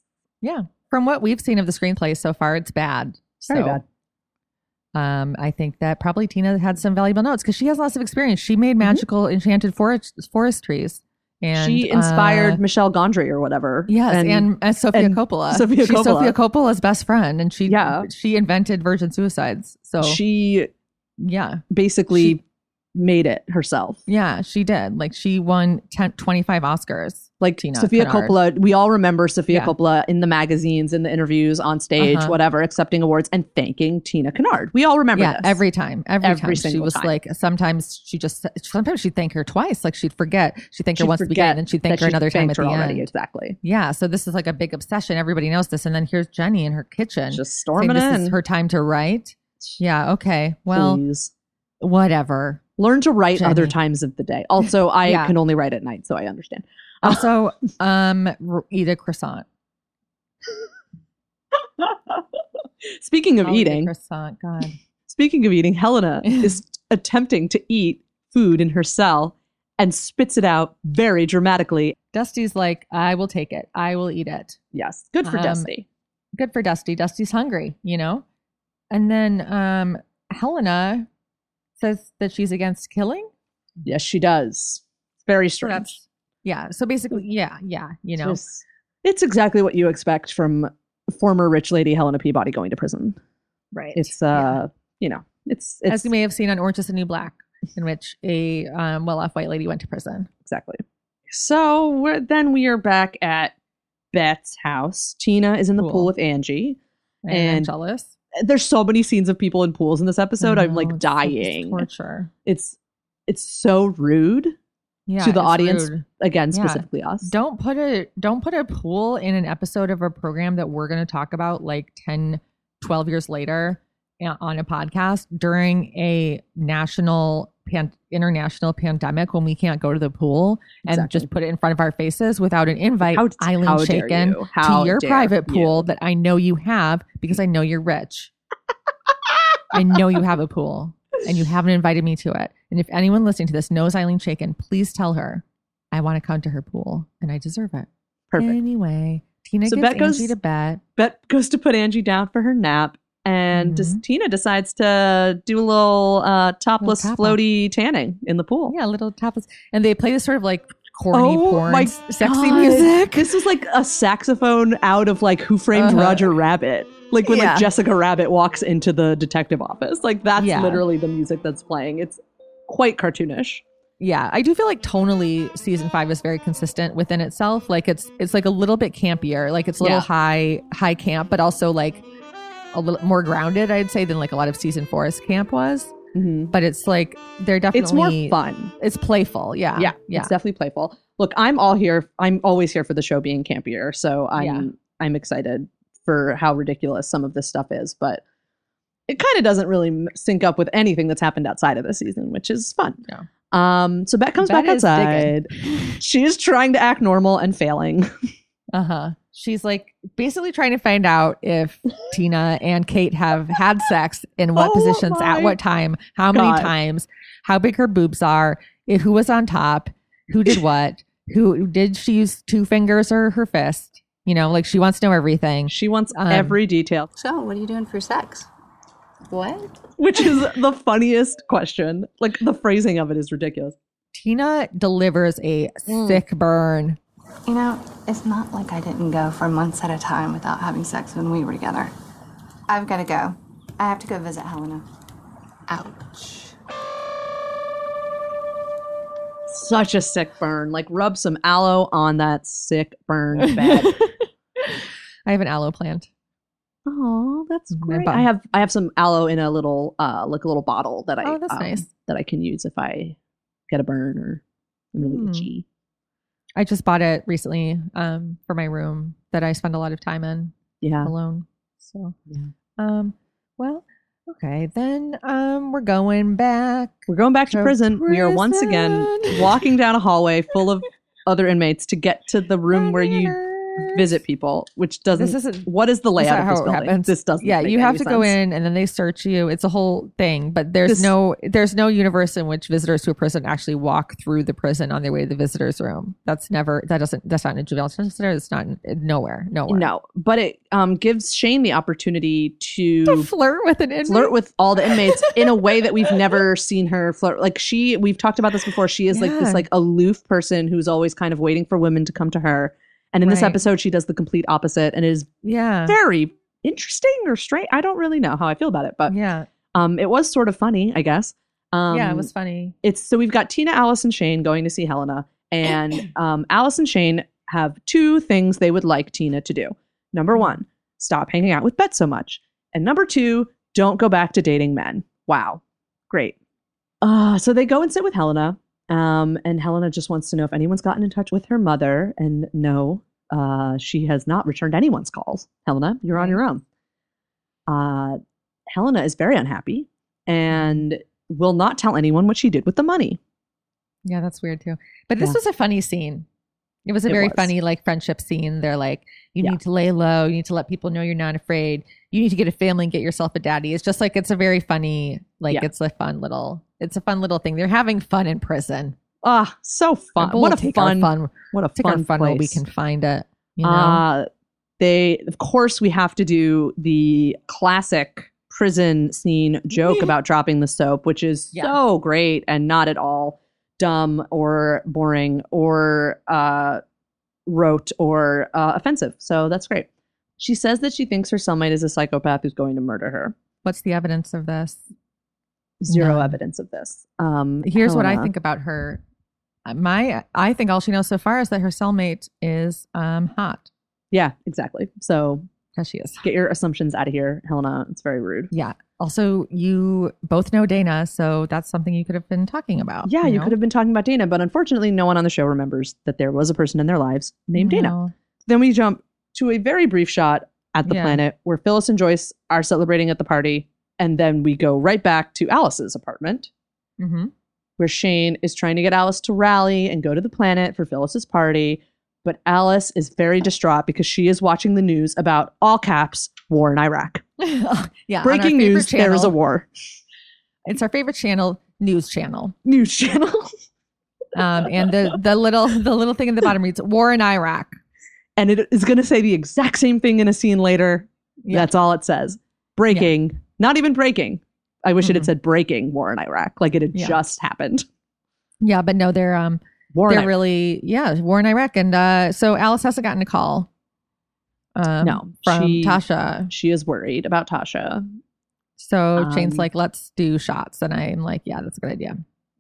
Speaker 2: from what we've seen of the screenplay so far, it's bad.
Speaker 3: Very
Speaker 2: so,
Speaker 3: bad.
Speaker 2: Um, I think that probably Tina had some valuable notes because she has lots of experience. She made magical enchanted forest forest trees, and
Speaker 3: Mm-hmm. she
Speaker 2: uh,
Speaker 3: inspired Michelle Gondry or whatever.
Speaker 2: Yes, and, and, Sophia
Speaker 3: and
Speaker 2: Coppola.
Speaker 3: Sofia
Speaker 2: She's
Speaker 3: Coppola.
Speaker 2: Sophia Coppola's best friend, and she
Speaker 3: Yeah.
Speaker 2: she invented virgin suicides. So
Speaker 3: she
Speaker 2: yeah,
Speaker 3: basically made it herself.
Speaker 2: yeah, she did. Like she won 10, 25 Oscars.
Speaker 3: Like
Speaker 2: Tina
Speaker 3: Sophia
Speaker 2: Kennard.
Speaker 3: Coppola, we all remember Sophia
Speaker 2: Yeah.
Speaker 3: Coppola in the magazines, in the interviews, on stage,
Speaker 2: Uh-huh.
Speaker 3: whatever, accepting awards and thanking Tina Kennard. We all remember
Speaker 2: yeah,
Speaker 3: this.
Speaker 2: every time, every,
Speaker 3: Every
Speaker 2: time she
Speaker 3: single
Speaker 2: was
Speaker 3: time.
Speaker 2: like. Sometimes she just sometimes she'd thank her twice. Like she'd forget. She'd thank her
Speaker 3: She'd
Speaker 2: once at the beginning,
Speaker 3: forget
Speaker 2: and then she'd thank
Speaker 3: that
Speaker 2: her
Speaker 3: she
Speaker 2: another time at
Speaker 3: thanked
Speaker 2: the
Speaker 3: her already.
Speaker 2: end.
Speaker 3: Exactly.
Speaker 2: Yeah, so this is like a big obsession. Everybody knows this, and then here's Jenny in her kitchen,
Speaker 3: Just
Speaker 2: saying
Speaker 3: storming
Speaker 2: this
Speaker 3: in.
Speaker 2: is her time to write. Yeah, okay, well,
Speaker 3: Please.
Speaker 2: whatever.
Speaker 3: learn to write
Speaker 2: Jenny.
Speaker 3: other times of the day.
Speaker 2: [LAUGHS]
Speaker 3: Also, I
Speaker 2: Yeah.
Speaker 3: can only write at night, so I understand. [LAUGHS]
Speaker 2: Also, um, r- eat a croissant.
Speaker 3: Speaking of
Speaker 2: I'll eat a
Speaker 3: eating,
Speaker 2: croissant. God.
Speaker 3: speaking of
Speaker 2: [LAUGHS]
Speaker 3: eating, Helena is attempting to eat food in her cell and spits it out very dramatically.
Speaker 2: Dusty's like, I will take it. I will eat it.
Speaker 3: Yes, good for
Speaker 2: Um,
Speaker 3: Dusty.
Speaker 2: Good for Dusty. Dusty's hungry, you know? And then um, Helena says that she's against killing.
Speaker 3: Yes, she does. It's very
Speaker 2: So
Speaker 3: strange.
Speaker 2: that's, yeah. So basically, yeah, yeah, you know.
Speaker 3: Just- it's exactly what you expect from former rich lady Helena Peabody going to prison.
Speaker 2: right.
Speaker 3: It's uh, you know, it's it's
Speaker 2: As you may have seen on Orange is the New Black, in which a um, well off white lady went to prison.
Speaker 3: exactly. So we're, then we are back at Bet's house. Tina is in the
Speaker 2: Cool.
Speaker 3: pool with Angie.
Speaker 2: And,
Speaker 3: And-
Speaker 2: jealous.
Speaker 3: there's so many scenes of people in pools in this episode.
Speaker 2: I
Speaker 3: I'm
Speaker 2: know,
Speaker 3: like
Speaker 2: it's so- it's
Speaker 3: dying.
Speaker 2: torture.
Speaker 3: It's it's so rude
Speaker 2: Yeah.
Speaker 3: to the
Speaker 2: it's
Speaker 3: audience
Speaker 2: rude.
Speaker 3: again,
Speaker 2: Yeah.
Speaker 3: specifically us.
Speaker 2: don't put a don't put a pool in an episode of a program that we're going to talk about like 10 12 years later a- on a podcast during a national pan, international pandemic when we can't go to the pool and
Speaker 3: Exactly.
Speaker 2: just put it in front of our faces without an invite
Speaker 3: How-
Speaker 2: Eileen
Speaker 3: how dare
Speaker 2: Shaken
Speaker 3: you. How
Speaker 2: to your
Speaker 3: dare
Speaker 2: private
Speaker 3: you.
Speaker 2: pool that I know you have because I know you're rich I know you have a pool and you haven't invited me to it and if anyone listening to this knows Eileen Shaken please tell her I want to come to her pool and I deserve it
Speaker 3: Perfect.
Speaker 2: Anyway, Tina
Speaker 3: So
Speaker 2: gets
Speaker 3: Becca's-
Speaker 2: Angie to bet.
Speaker 3: Bet goes to put Angie down for her nap, and just
Speaker 2: Mhm.
Speaker 3: Tina decides to do a little uh, topless
Speaker 2: tap-off.
Speaker 3: floaty tanning in the pool.
Speaker 2: Yeah, a little topless. And they play this sort of like corny
Speaker 3: Oh
Speaker 2: porn,
Speaker 3: my
Speaker 2: sexy
Speaker 3: God.
Speaker 2: music.
Speaker 3: This is like a saxophone out of like Who Framed
Speaker 2: Uh-huh.
Speaker 3: Roger Rabbit. Like when
Speaker 2: Yeah.
Speaker 3: like Jessica Rabbit walks into the detective office. Like that's
Speaker 2: Yeah.
Speaker 3: literally the music that's playing. It's quite cartoonish.
Speaker 2: Yeah, I do feel like tonally season 5 is very consistent within itself. Like it's it's like a little bit campier. Like it's a little
Speaker 3: Yeah.
Speaker 2: high high camp, but also like a little more grounded, I'd say than like a lot of season 4's camp was, but it's like they're definitely
Speaker 3: It's more fun.
Speaker 2: It's playful. Yeah.
Speaker 3: yeah,
Speaker 2: Yeah.
Speaker 3: It's definitely playful. Look, I'm all here. I'm always here for the show being campier, so I'm
Speaker 2: Yeah.
Speaker 3: I'm excited for how ridiculous some of this stuff is, but it kind of doesn't really m- sync up with anything that's happened outside of the season, which is fun.
Speaker 2: Yeah.
Speaker 3: Um, so Bet comes
Speaker 2: Bet
Speaker 3: back
Speaker 2: is digging.
Speaker 3: outside. She is trying to act normal and failing.
Speaker 2: Uh-huh. She's like basically trying to find out
Speaker 3: [LAUGHS]
Speaker 2: if Tina and Kate have had sex in what
Speaker 3: Oh
Speaker 2: positions at
Speaker 3: my
Speaker 2: what time, how many
Speaker 3: God.
Speaker 2: times, how big her boobs are, if, who was on top, who
Speaker 3: [LAUGHS]
Speaker 2: did what, who did she use two fingers or her fist? You know, like she wants to know everything.
Speaker 3: She wants
Speaker 2: Um,
Speaker 3: every detail,
Speaker 6: So, what are you doing for sex? What?
Speaker 3: which
Speaker 2: [LAUGHS]
Speaker 3: is the funniest question. Like the phrasing of it is ridiculous.
Speaker 2: Tina delivers a
Speaker 3: Mm.
Speaker 2: sick burn.
Speaker 6: You know, it's not like I didn't go for months at a time without having sex when we were together. I've got to go. I have to go visit Helena. Ouch.
Speaker 3: Such a sick burn. Like rub some aloe on that sick burn bed.
Speaker 2: I have an aloe plant.
Speaker 3: Oh, that's
Speaker 2: My
Speaker 3: great.
Speaker 2: bum.
Speaker 3: I have I have some aloe in a little uh like a little bottle that I um,
Speaker 2: Oh, that's nice.
Speaker 3: that I can use if I get a burn or I'm really
Speaker 2: Hmm.
Speaker 3: itchy.
Speaker 2: I just bought it recently um, for my room that I spend a lot of time in.
Speaker 3: Yeah.
Speaker 2: alone. So,
Speaker 3: Yeah.
Speaker 2: um, well, okay, then um, we're going back.
Speaker 3: We're going back to
Speaker 2: To
Speaker 3: prison. We are once again
Speaker 2: prison.
Speaker 3: walking down a [LAUGHS] hallway full of other inmates to get to the room where you visit people, which doesn't
Speaker 2: This isn't.
Speaker 3: what is the
Speaker 2: That's
Speaker 3: layout
Speaker 2: not
Speaker 3: of
Speaker 2: how
Speaker 3: this
Speaker 2: it
Speaker 3: building?
Speaker 2: happens.
Speaker 3: This doesn't
Speaker 2: Yeah,
Speaker 3: make
Speaker 2: you have
Speaker 3: any
Speaker 2: to go
Speaker 3: sense.
Speaker 2: in and then they search you. It's a whole thing, but there's
Speaker 3: This-
Speaker 2: no there's no universe in which visitors to a prison actually walk through the prison on their way to the visitors room. That's never that doesn't that's not in a juvenile center. It's not in, nowhere nowhere.
Speaker 3: No, but it um gives Shane the opportunity
Speaker 2: to flirt with an inmate.
Speaker 3: flirt with
Speaker 2: [LAUGHS]
Speaker 3: all the inmates in a way that we've never seen her flirt. Like she, we've talked about this before. She is like
Speaker 2: Yeah.
Speaker 3: this like aloof person who's always kind of waiting for women to come to her. And in this
Speaker 2: Right.
Speaker 3: episode, she does the complete opposite, and it is
Speaker 2: yeah
Speaker 3: very interesting or strange. I don't really know how I feel about it, but
Speaker 2: yeah
Speaker 3: um, it was sort of funny, I guess. Um,
Speaker 2: yeah. It was funny.
Speaker 3: it's so we've got Tina, Alice, and Shane going to see Helena, and um, Alice and Shane have two things they would like Tina to do. Number one, stop hanging out with Bet so much, and number two, don't go back to dating men. Wow, great. Uh, so they go and sit with Helena, um, and Helena just wants to know if anyone's gotten in touch with her mother, and no, uh, she has not returned anyone's calls. Helena, you're on your own. Uh, Helena is very unhappy and will not tell anyone what she did with the money.
Speaker 2: Yeah, that's weird too. But this
Speaker 3: Yeah.
Speaker 2: was a funny scene. It was a
Speaker 3: It
Speaker 2: very
Speaker 3: was.
Speaker 2: funny like friendship scene. They're like, you
Speaker 3: Yeah.
Speaker 2: need to lay low. You need to let people know you're not afraid. You need to get a family and get yourself a daddy. It's just like it's a very funny like
Speaker 3: Yeah.
Speaker 2: it's a fun little it's a fun little thing. They're having fun in prison.
Speaker 3: Ah, so fun!
Speaker 2: We'll
Speaker 3: What a
Speaker 2: take
Speaker 3: fun,
Speaker 2: our fun
Speaker 3: what a
Speaker 2: take
Speaker 3: fun,
Speaker 2: our fun while we
Speaker 3: place.
Speaker 2: can find it. You know,
Speaker 3: Uh, they, of course, we have to do the classic prison scene joke about dropping the soap, which is
Speaker 2: Yeah.
Speaker 3: so great and not at all dumb or boring or uh, rote or uh, offensive. So that's great. She says that she thinks her cellmate is a psychopath who's going to murder her.
Speaker 2: what's the evidence of this?
Speaker 3: Zero
Speaker 2: None.
Speaker 3: evidence of this. Um,
Speaker 2: Here's what I
Speaker 3: Helena-
Speaker 2: think about her. My I think all she knows so far is that her cellmate is um hot
Speaker 3: Yeah, exactly. So
Speaker 2: because she is.
Speaker 3: get your assumptions out of here, Helena. It's very rude.
Speaker 2: Yeah. Also, you both know Dana, so that's something you could have been talking about.
Speaker 3: Yeah, you
Speaker 2: know?
Speaker 3: could have been talking about Dana, but unfortunately, no one on the show remembers that there was a person in their lives named Dana.
Speaker 2: No.
Speaker 3: Then we jump to a very brief shot at the
Speaker 2: Yeah.
Speaker 3: planet where Phyllis and Joyce are celebrating at the party. And then we go right back to Alice's apartment
Speaker 2: Mhm.
Speaker 3: where Shane is trying to get Alice to rally and go to the planet for Phyllis's party. But Alice is very distraught because she is watching the news about all caps war in Iraq.
Speaker 2: yeah. on our
Speaker 3: Breaking
Speaker 2: favorite
Speaker 3: news, there is a
Speaker 2: channel.
Speaker 3: war.
Speaker 2: It's our favorite channel, news channel.
Speaker 3: News channel.
Speaker 2: Um, and the the little the little thing at the bottom reads "War in Iraq."
Speaker 3: and it is going to say the exact same thing in a scene later.
Speaker 2: Yeah.
Speaker 3: That's all it says. Breaking, not even breaking. I wish it had said breaking war in Iraq, like it had
Speaker 2: Mm-hmm. Yeah.
Speaker 3: just happened.
Speaker 2: Yeah, but no, they're um
Speaker 3: War
Speaker 2: they're
Speaker 3: in Iraq.
Speaker 2: really yeah war in iraq and uh so alice hasn't gotten a call um
Speaker 3: No,
Speaker 2: from
Speaker 3: she-
Speaker 2: tasha
Speaker 3: she is worried about Tasha.
Speaker 2: so shane's
Speaker 3: um,
Speaker 2: like let's do shots and i'm like yeah that's a good idea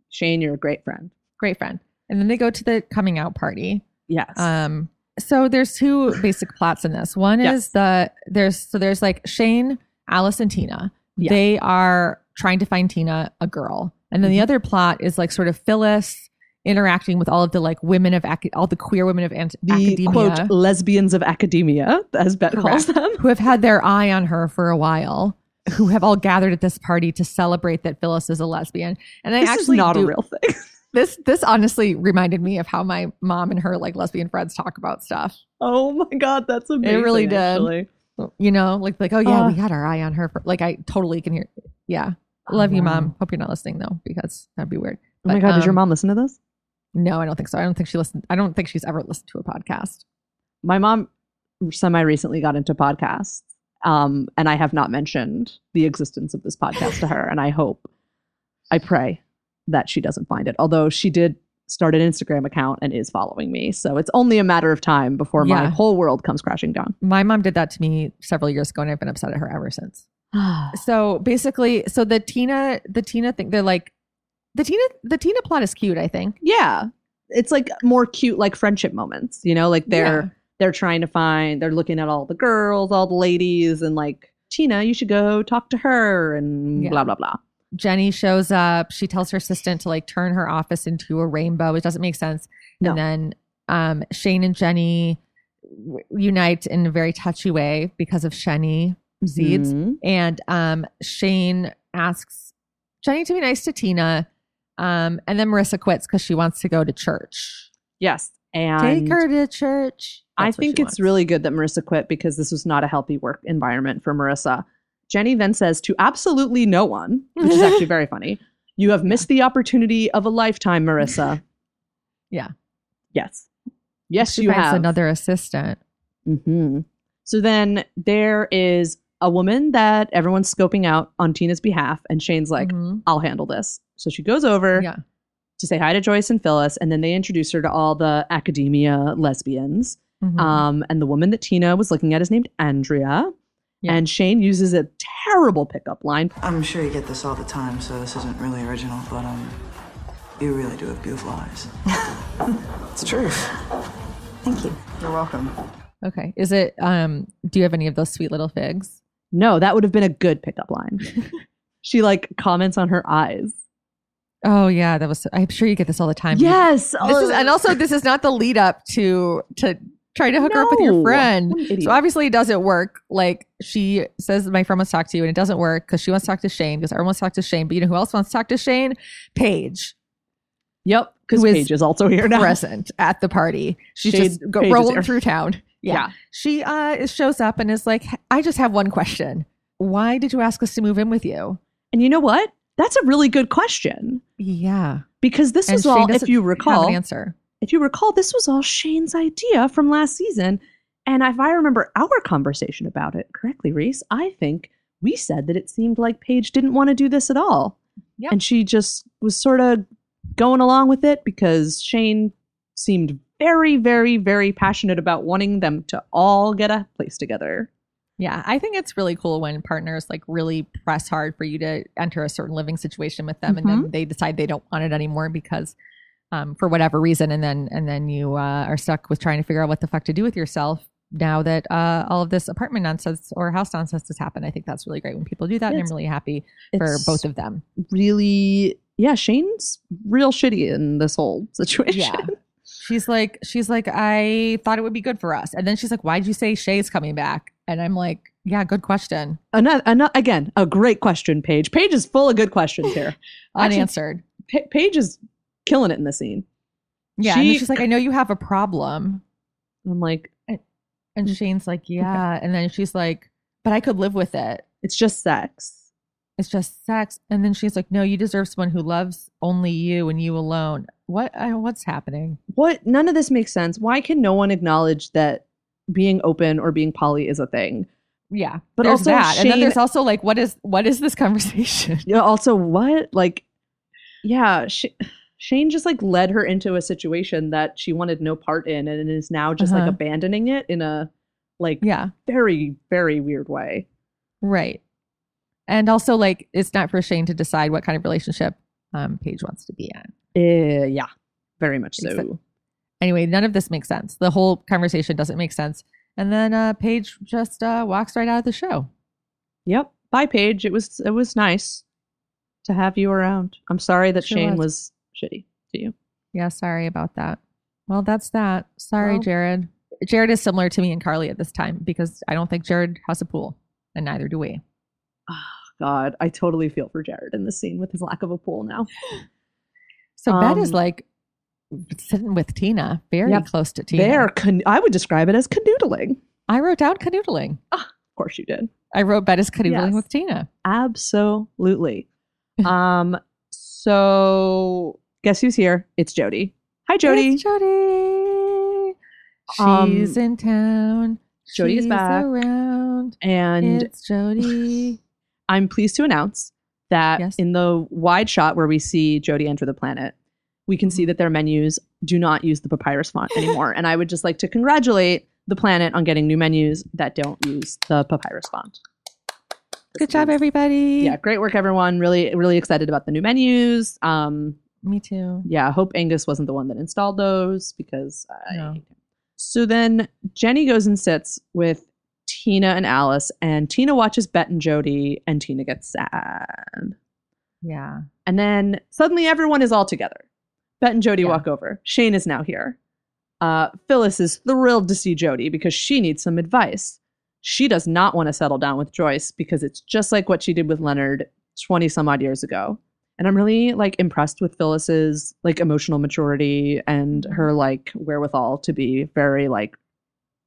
Speaker 3: Shane, you're a great friend.
Speaker 2: great friend and then they go to the coming out party
Speaker 3: Yes.
Speaker 2: um so there's two basic plots in this one
Speaker 3: Yes.
Speaker 2: is the there's so there's like shane alice and tina
Speaker 3: Yeah.
Speaker 2: they are trying to find tina a girl and
Speaker 3: Mm-hmm.
Speaker 2: then the other plot is like sort of phyllis interacting with all of the like women of ac- all the queer women of ant-
Speaker 3: the
Speaker 2: academia
Speaker 3: quote lesbians of academia, as Bet calls
Speaker 2: Correct.
Speaker 3: them.
Speaker 2: who have had their eye on her for a while who have all gathered at this party to celebrate that phyllis is a lesbian and i
Speaker 3: This
Speaker 2: actually
Speaker 3: is not
Speaker 2: do,
Speaker 3: a real thing. [LAUGHS]
Speaker 2: this this honestly reminded me of how my mom and her like lesbian friends talk about stuff
Speaker 3: Oh my god, that's amazing.
Speaker 2: really did.
Speaker 3: actually.
Speaker 2: you know like like oh yeah
Speaker 3: Uh.
Speaker 2: we got our eye on her for, like i totally can hear yeah love you mom hope you're not listening though because that'd be weird
Speaker 3: Oh my
Speaker 2: But,
Speaker 3: god, does your
Speaker 2: um,
Speaker 3: mom listen to this?
Speaker 2: no i don't think so i don't think she listened i don't think she's ever listened to a podcast
Speaker 3: My mom semi recently got into podcasts, um, and I have not mentioned the existence of this podcast to her. And I hope, I pray that she doesn't find it. Although she did start an Instagram account and is following me, so it's only a matter of time before my
Speaker 2: Yeah.
Speaker 3: whole world comes crashing
Speaker 2: [SIGHS]
Speaker 3: down.
Speaker 2: my mom did that to me several years ago and i've been upset at her ever since so basically so the tina the tina thing they're like the tina the tina plot is cute i think
Speaker 3: yeah, it's like more cute, like friendship moments. You know, like they're. they're trying to find they're looking at all the girls all the ladies and like tina you should go talk to her and
Speaker 2: Yeah.
Speaker 3: blah blah blah
Speaker 2: jenny shows up she tells her assistant to like turn her office into a rainbow which doesn't make sense
Speaker 3: No.
Speaker 2: and then um shane and jenny w- unite in a very touchy way because of shenny Seeds.
Speaker 3: Mhm.
Speaker 2: and um shane asks jenny to be nice to tina um and then marissa quits because she wants to go to church
Speaker 3: yes and
Speaker 2: take her to church
Speaker 3: i
Speaker 2: That's what
Speaker 3: think
Speaker 2: she
Speaker 3: it's
Speaker 2: wants.
Speaker 3: really good that marissa quit because this was not a healthy work environment for marissa jenny then says to absolutely no one which
Speaker 2: [LAUGHS]
Speaker 3: is actually very funny you have missed the opportunity of a lifetime marissa
Speaker 2: [LAUGHS] Yeah.
Speaker 3: yes yes
Speaker 2: she
Speaker 3: you
Speaker 2: finds
Speaker 3: have
Speaker 2: another assistant
Speaker 3: hmm So then there is a woman that everyone's scoping out on Tina's behalf, and Shane's like,
Speaker 2: Mhm.
Speaker 3: I'll handle this. So she goes over
Speaker 2: yeah
Speaker 3: to say hi to Joyce and Phyllis, and then they introduce her to all the academia lesbians.
Speaker 2: Mhm.
Speaker 3: Um, and the woman that Tina was looking at is named Andrea.
Speaker 2: Yeah.
Speaker 3: And Shane uses a terrible pickup line.
Speaker 5: I'm sure you get this all the time, so this isn't really original, but um, you really do have beautiful eyes. it's the truth.
Speaker 6: Thank you.
Speaker 5: You're welcome.
Speaker 2: okay is it um do you have any of those sweet little figs
Speaker 3: No, that would have been a good pickup
Speaker 2: [LAUGHS]
Speaker 3: line. she like comments on her eyes.
Speaker 2: oh yeah that was i'm sure you get this all the time
Speaker 3: yes.
Speaker 2: this is and also this is not the lead up to to try to hook her up with your
Speaker 3: No.
Speaker 2: friend
Speaker 3: What an idiot.
Speaker 2: so obviously it doesn't work like she says my friend wants to talk to you and it doesn't work because she wants to talk to shane because everyone wants to talk to shane but you know who else wants to talk to shane paige
Speaker 3: Yep, because
Speaker 2: Who is
Speaker 3: Paige is also here now.
Speaker 2: present at the party she's
Speaker 3: Shade-
Speaker 2: just go,
Speaker 3: Paige is
Speaker 2: rolling
Speaker 3: here.
Speaker 2: through town
Speaker 3: Yeah.
Speaker 2: she uh is- shows up and is like i just have one question why did you ask us to move in with you
Speaker 3: And you know what? That's a really good question
Speaker 2: yeah
Speaker 3: because this
Speaker 2: And
Speaker 3: was
Speaker 2: Shane
Speaker 3: all, if
Speaker 2: doesn't
Speaker 3: you
Speaker 2: have
Speaker 3: recall,
Speaker 2: an answer
Speaker 3: if you recall, this was all Shane's idea from last season. And if I remember our conversation about it correctly, Reese, I think we said that it seemed like Paige didn't want to do this at all.
Speaker 2: Yeah.
Speaker 3: And she just was sort of going along with it because Shane seemed very, very, very passionate about wanting them to all get a place together.
Speaker 2: Yeah, I think it's really cool when partners like really press hard for you to enter a certain living situation with them, and
Speaker 3: Mm-hmm.
Speaker 2: then they decide they don't want it anymore because, um, for whatever reason, and then and then you uh, are stuck with trying to figure out what the fuck to do with yourself now that uh, all of this apartment nonsense or house nonsense has happened. I think that's really great when people do that, and
Speaker 3: It's-
Speaker 2: I'm really happy for
Speaker 3: It's
Speaker 2: both of them.
Speaker 3: really, yeah, Shane's real shitty in this whole situation.
Speaker 2: Yeah. She's like, she's like, I thought it would be good for us, and then she's like, why'd you say Shay's coming back? And I'm like, yeah, good question,
Speaker 3: another, another again a great question page page is full of
Speaker 2: [LAUGHS]
Speaker 3: good questions here Actually-
Speaker 2: unanswered.
Speaker 3: pa- page is killing it in the scene
Speaker 2: yeah, and then
Speaker 3: she-
Speaker 2: she's like, I know you have a problem.
Speaker 3: And i'm like
Speaker 2: And Shane's [LAUGHS] like, yeah. And then she's like, but I could live with it.
Speaker 3: it's just sex
Speaker 2: It's just sex. And then she's like, no, you deserve someone who loves only you and you alone. What? I, what's happening?
Speaker 3: what none of this makes sense why can no one acknowledge that being open or being poly is a thing
Speaker 2: Yeah, but
Speaker 3: But
Speaker 2: there's
Speaker 3: also
Speaker 2: that, and then
Speaker 3: Shane-
Speaker 2: there's also like, [LAUGHS] what is what is this conversation?
Speaker 3: yeah also what like yeah she, Shane just like led her into a situation that she wanted no part in and is now just like
Speaker 2: Uh-huh.
Speaker 3: abandoning it in a like
Speaker 2: Yeah.
Speaker 3: very, very weird way.
Speaker 2: Right. And also, like, it's not for Shane to decide what kind of relationship um, Paige wants to be in.
Speaker 3: Uh, yeah, very much so.
Speaker 2: Except- Anyway, none of this makes sense. The whole conversation doesn't make sense. And then uh, Paige just uh, walks right out of the show.
Speaker 3: Yep. Bye, Paige. It was it was nice to have you around. I'm sorry that
Speaker 2: Sure
Speaker 3: Shane
Speaker 2: was.
Speaker 3: was. shitty to you.
Speaker 2: Yeah, sorry about that. Well, that's that. Sorry,
Speaker 3: Well-
Speaker 2: Jared. Jared is similar to me and Carly at this time because I don't think Jared has a pool, and neither do we.
Speaker 3: God, I totally feel for Jared in this scene with his lack of a pool now.
Speaker 2: So Ben is
Speaker 3: Um,
Speaker 2: like sitting with Tina, very
Speaker 3: Yep.
Speaker 2: close to Tina.
Speaker 3: There, can I would describe it as canoodling. Of
Speaker 2: I wrote down canoodling.
Speaker 3: course, you did.
Speaker 2: I wrote Ben is canoodling
Speaker 3: Yes.
Speaker 2: with Tina. [LAUGHS]
Speaker 3: Absolutely. um. So guess who's here? It's Jody. Hi, Jody.
Speaker 2: It's Jody.
Speaker 3: Um,
Speaker 2: She's in town.
Speaker 3: Jody is
Speaker 2: She's
Speaker 3: back.
Speaker 2: around.
Speaker 3: and
Speaker 2: it's
Speaker 3: [LAUGHS]
Speaker 2: Jody.
Speaker 3: I'm pleased to announce that
Speaker 2: Yes.
Speaker 3: in the wide shot where we see Jody enter the planet, we can see
Speaker 2: Mm-hmm.
Speaker 3: that their menus do not use the papyrus font anymore. and I would just like to congratulate the planet on getting new menus that don't use the papyrus font.
Speaker 2: Good job, everybody.
Speaker 3: Yeah, great work, everyone. Really, really excited about the new menus. Um,
Speaker 2: Me too.
Speaker 3: yeah, I hope Angus wasn't the one that installed those because I
Speaker 2: No.
Speaker 3: hate him. So then Jenny goes and sits with Tina and Alice, and Tina watches Bet and Jody, and Tina gets sad.
Speaker 2: Yeah.
Speaker 3: And then suddenly everyone is all together. Bet and Jody
Speaker 2: Yeah.
Speaker 3: walk over. Shane is now here. Uh, Phyllis is thrilled to see Jody because she needs some advice. She does not want to settle down with Joyce because it's just like what she did with Leonard 20 some odd years ago. And I'm really like impressed with Phyllis's like emotional maturity and
Speaker 2: Mm-hmm.
Speaker 3: her like wherewithal to be very like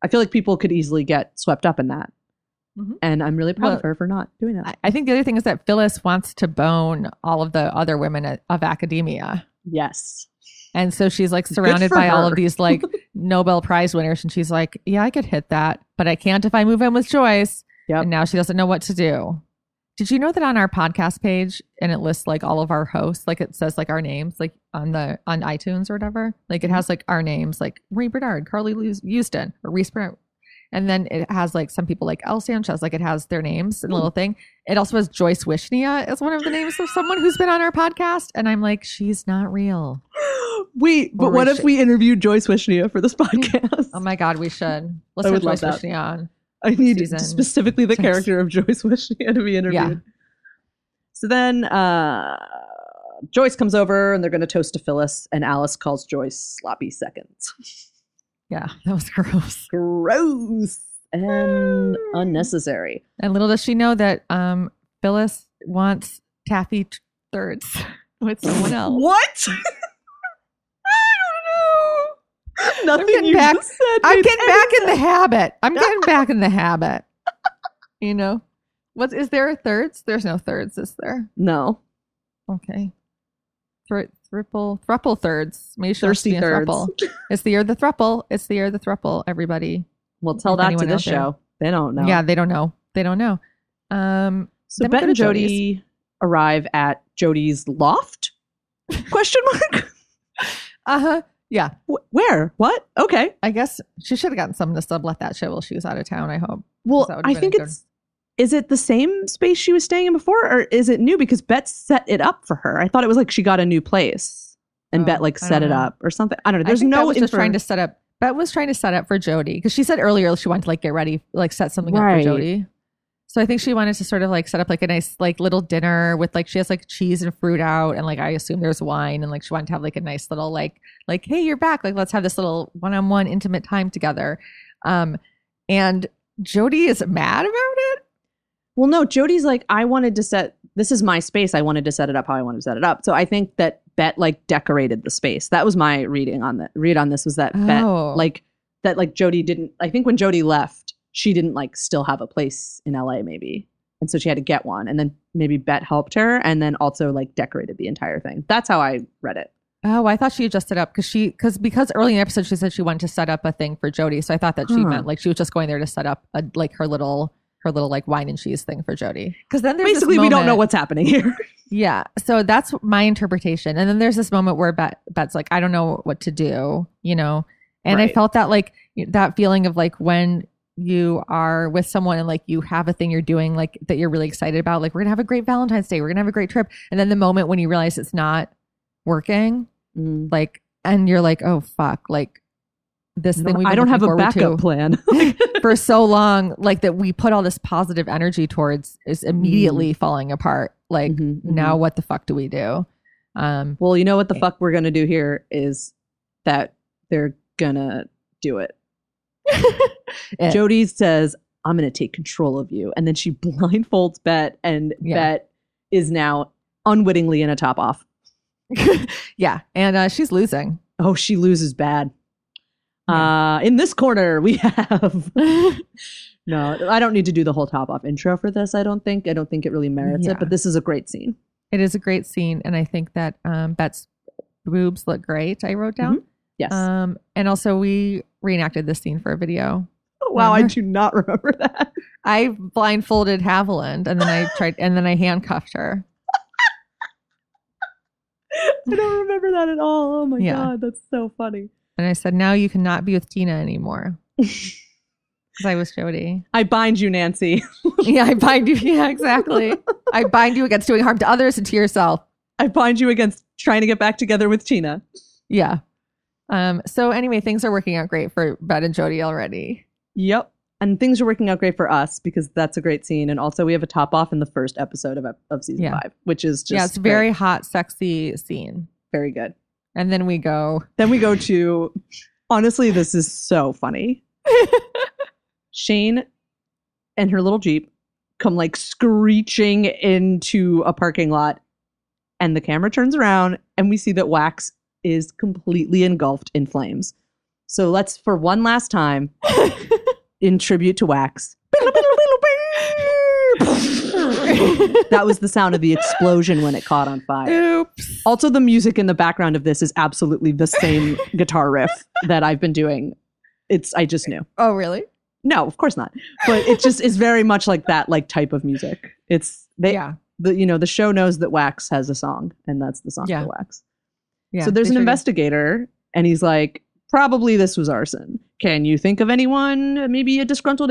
Speaker 3: I feel like people could easily get swept up in that.
Speaker 2: Mhm.
Speaker 3: And I'm really proud
Speaker 2: Well,
Speaker 3: of her for not doing that.
Speaker 2: I, I think the other thing is that Phyllis wants to bone all of the other women at, of academia.
Speaker 3: yes.
Speaker 2: And so she's like surrounded
Speaker 3: for
Speaker 2: by all of
Speaker 3: her.
Speaker 2: these
Speaker 3: [LAUGHS]
Speaker 2: like Nobel Prize winners. And she's like, yeah, I could hit that, but I can't if I move in with Joyce.
Speaker 3: Yep.
Speaker 2: And now she doesn't know what to do. Did you know that on our podcast page and it lists like all of our hosts, like it says like our names, like on the on iTunes or whatever? Like
Speaker 3: Mm-hmm.
Speaker 2: it has like our names, like Ray Bernard, Carly Lewis- Houston, or Reese Bernard. And then it has like some people like El Sanchez, like it has their names and a
Speaker 3: Mm.
Speaker 2: little thing. It also has Joyce Wishnia as one of the names of someone who's been on our podcast. And I'm like, she's not real.
Speaker 3: Wait,
Speaker 2: Or
Speaker 3: but what
Speaker 2: we
Speaker 3: if
Speaker 2: should-
Speaker 3: we interviewed Joyce Wishnia for this [LAUGHS] podcast?
Speaker 2: Oh my God, we should. Let's
Speaker 3: I
Speaker 2: have
Speaker 3: would love
Speaker 2: Joyce
Speaker 3: that.
Speaker 2: Wishnia on.
Speaker 3: I need
Speaker 2: season.
Speaker 3: specifically the
Speaker 2: Six.
Speaker 3: character of Joyce [LAUGHS] Wishnia to be interviewed.
Speaker 2: Yeah.
Speaker 3: So then uh, Joyce comes over and they're going to toast to Phyllis, and Alice calls Joyce sloppy seconds.
Speaker 2: [LAUGHS] Yeah, that was gross.
Speaker 3: Gross and
Speaker 2: Hmm.
Speaker 3: unnecessary.
Speaker 2: And little does she know that um, Phyllis wants taffy t- thirds [LAUGHS] with
Speaker 3: [LAUGHS]
Speaker 2: someone else.
Speaker 3: What? I don't know. Nothing
Speaker 2: getting
Speaker 3: you
Speaker 2: back-
Speaker 3: just said.
Speaker 2: I'm
Speaker 3: made
Speaker 2: getting
Speaker 3: any
Speaker 2: back in the habit. I'm
Speaker 3: [LAUGHS]
Speaker 2: getting back in the habit. You know, what is there a thirds? There's no thirds, is there?
Speaker 3: No.
Speaker 2: Okay, Thr triple thruple thirds. Maybe she wants to
Speaker 3: Thirsty
Speaker 2: be a
Speaker 3: thirds. [LAUGHS]
Speaker 2: thruple. It's the year of the thruple. It's the year of the thruple. Everybody.
Speaker 3: We'll tell
Speaker 2: If
Speaker 3: that to
Speaker 2: anyone
Speaker 3: this
Speaker 2: out there-
Speaker 3: show. They don't know.
Speaker 2: Yeah, they don't know. They don't know. Um,
Speaker 3: So
Speaker 2: Then we
Speaker 3: Bet
Speaker 2: go
Speaker 3: and
Speaker 2: to
Speaker 3: Jody
Speaker 2: Jody's.
Speaker 3: arrive at Jody's loft? Question [LAUGHS] mark.
Speaker 2: uh huh. Yeah.
Speaker 3: Wh- Where? What? Okay.
Speaker 2: I guess she should have gotten someone to sublet that shit while she was out of town. I hope.
Speaker 3: Well,
Speaker 2: That would've
Speaker 3: I
Speaker 2: been a
Speaker 3: think
Speaker 2: good-
Speaker 3: it's. Is it the same space she was staying in before, or is it new? Because Bet set it up for her. I thought it was like she got a new place, and
Speaker 2: Oh,
Speaker 3: Bet like
Speaker 2: I
Speaker 3: set
Speaker 2: don't
Speaker 3: it
Speaker 2: know.
Speaker 3: up or something. I don't know.
Speaker 2: I
Speaker 3: There's
Speaker 2: think
Speaker 3: no
Speaker 2: Bet was just
Speaker 3: infer-
Speaker 2: trying to set up. Bet was trying to set up for Jody because she said earlier she wanted to like get ready, like set something up
Speaker 3: Right.
Speaker 2: for Jody. So I think she wanted to sort of like set up like a nice like little dinner with like she has like cheese and fruit out and like I assume there's wine and like she wanted to have like a nice little like like hey you're back like let's have this little one on one intimate time together, um, and Jody is mad about it.
Speaker 3: Well, no. Jody's like, I wanted to set. This is my space. I wanted to set it up how I wanted to set it up. So I think that Bet like decorated the space. That was my reading on that. Read on this was that Bet
Speaker 2: Oh.
Speaker 3: like that like Jody didn't I think when Jody left, she didn't like still have a place in LA maybe. And so she had to get one and then maybe Bet helped her and then also like decorated the entire thing. That's how I read it.
Speaker 2: Oh, I thought she had just set up because she because because early in the episode she said she wanted to set up a thing for Jody, so I thought that she
Speaker 3: Huh.
Speaker 2: meant like she was just going there to set up a like her little her little like wine and cheese thing for Jody. Because then there's this
Speaker 3: Basically, we don't know
Speaker 2: moment-
Speaker 3: what's happening here.
Speaker 2: Yeah. So that's my interpretation. And then there's this moment where Bet, Bet's like, I don't know what to do, you know? And I
Speaker 3: Right.
Speaker 2: felt that like that feeling of like when you are with someone and like you have a thing you're doing like that you're really excited about, like we're gonna have a great Valentine's Day, we're gonna have a great trip. And then the moment when you realize it's not working, like, and you're like, oh fuck, like this
Speaker 3: I
Speaker 2: thing
Speaker 3: don't,
Speaker 2: we
Speaker 3: I don't have a backup plan.
Speaker 2: [LAUGHS]
Speaker 3: [LAUGHS]
Speaker 2: for so long, like that we put all this positive energy towards
Speaker 3: Mm-hmm.
Speaker 2: is immediately falling apart. Like
Speaker 3: Mhm, mhm.
Speaker 2: now what the fuck do we do? Um
Speaker 3: Well, you know what the fuck we're gonna do here is that they're gonna
Speaker 2: [LAUGHS]
Speaker 3: do it.
Speaker 2: It.
Speaker 3: Jody says, "I'm gonna take control of you," and then she [LAUGHS] blindfolds Bet, and
Speaker 2: Yeah.
Speaker 3: Bet is now unwittingly in a top off.
Speaker 2: yeah, and uh, she's losing.
Speaker 3: Oh, she loses bad. Uh, in this corner, we [LAUGHS]
Speaker 2: [LAUGHS]
Speaker 3: have. no, I don't need to do the whole top off intro for this. I don't think. I don't think it really merits
Speaker 2: Yeah.
Speaker 3: it. But this is a great scene.
Speaker 2: It is a great scene, and I think that um, Bet's boobs look great. I wrote down,
Speaker 3: Mm-hmm. Yes.
Speaker 2: um, and also we reenacted this scene for a video.
Speaker 3: oh, wow, I
Speaker 2: remember?
Speaker 3: do not [LAUGHS] remember that.
Speaker 2: I blindfolded Haviland, and then I tried, and then I handcuffed her.
Speaker 3: I don't remember that at all. Oh my
Speaker 2: Yeah.
Speaker 3: god, that's so funny.
Speaker 2: And I said, "Now you cannot be with Tina
Speaker 3: [LAUGHS]
Speaker 2: anymore," because I was Jody.
Speaker 3: I bind you, [LAUGHS] Nancy.
Speaker 2: yeah, I bind you. Yeah, exactly. I bind you against doing harm to others and to yourself.
Speaker 3: I bind you against trying to get back together with Tina.
Speaker 2: Yeah. Um. So anyway, things are working out great for Bet and Jody already.
Speaker 3: Yep. And things are working out great for us because that's a great scene. And also, we have a top off in the first episode of, of season
Speaker 2: Yeah.
Speaker 3: five, which is just
Speaker 2: yeah, it's a very
Speaker 3: great.
Speaker 2: hot, sexy scene.
Speaker 3: very good.
Speaker 2: And then we go,
Speaker 3: Then we go to honestly, this is so funny. Shane and her little Jeep come like screeching into a parking lot, and the camera turns around, and we see that Wax is completely engulfed in flames. So let's, for one last time, in tribute to Wax. that was the sound of the explosion when it caught on fire.
Speaker 2: oops.
Speaker 3: Also, the music in the background of this is absolutely
Speaker 2: [LAUGHS]
Speaker 3: the same guitar riff that I've been doing. It's I just knew.
Speaker 2: Oh, really?
Speaker 3: No, of course not. But it just is very much like that like type of music. It's they
Speaker 2: yeah.
Speaker 3: the you know the show knows that Wax has a song and that's the song
Speaker 2: Yeah.
Speaker 3: for Wax.
Speaker 2: Yeah.
Speaker 3: so there's
Speaker 2: they
Speaker 3: an
Speaker 2: sure do.
Speaker 3: investigator and he's like probably this was arson. Can you think of anyone maybe a disgruntled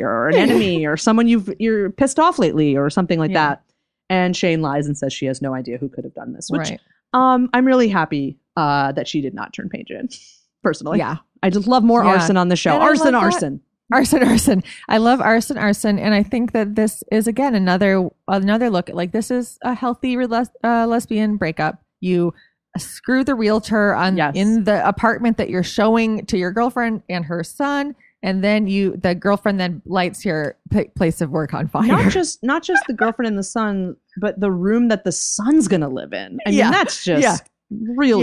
Speaker 2: [LAUGHS]
Speaker 3: or an enemy or someone you've you're pissed off lately or something like
Speaker 2: Yeah.
Speaker 3: that? And Shane lies and says she has no idea who could have done this, which
Speaker 2: Right.
Speaker 3: um, I'm really happy uh, that she did not turn page in. [LAUGHS] Personally,
Speaker 2: yeah.
Speaker 3: I just love more
Speaker 2: Yeah.
Speaker 3: arson on the show.
Speaker 2: And I
Speaker 3: arson,
Speaker 2: love that.
Speaker 3: arson.
Speaker 2: Arson, arson. I love arson, arson, and I think that this is again another another look. At, like this is a healthy re- les- uh, lesbian breakup. You screw the realtor on
Speaker 3: Yes.
Speaker 2: in the apartment that you're showing to your girlfriend and her son, and then you the girlfriend then lights your p- place of work on fire.
Speaker 3: [LAUGHS] Not just not just the girlfriend and the son, but the room that the son's gonna live in. I mean,
Speaker 2: Yeah.
Speaker 3: that's just
Speaker 2: Yeah.
Speaker 3: really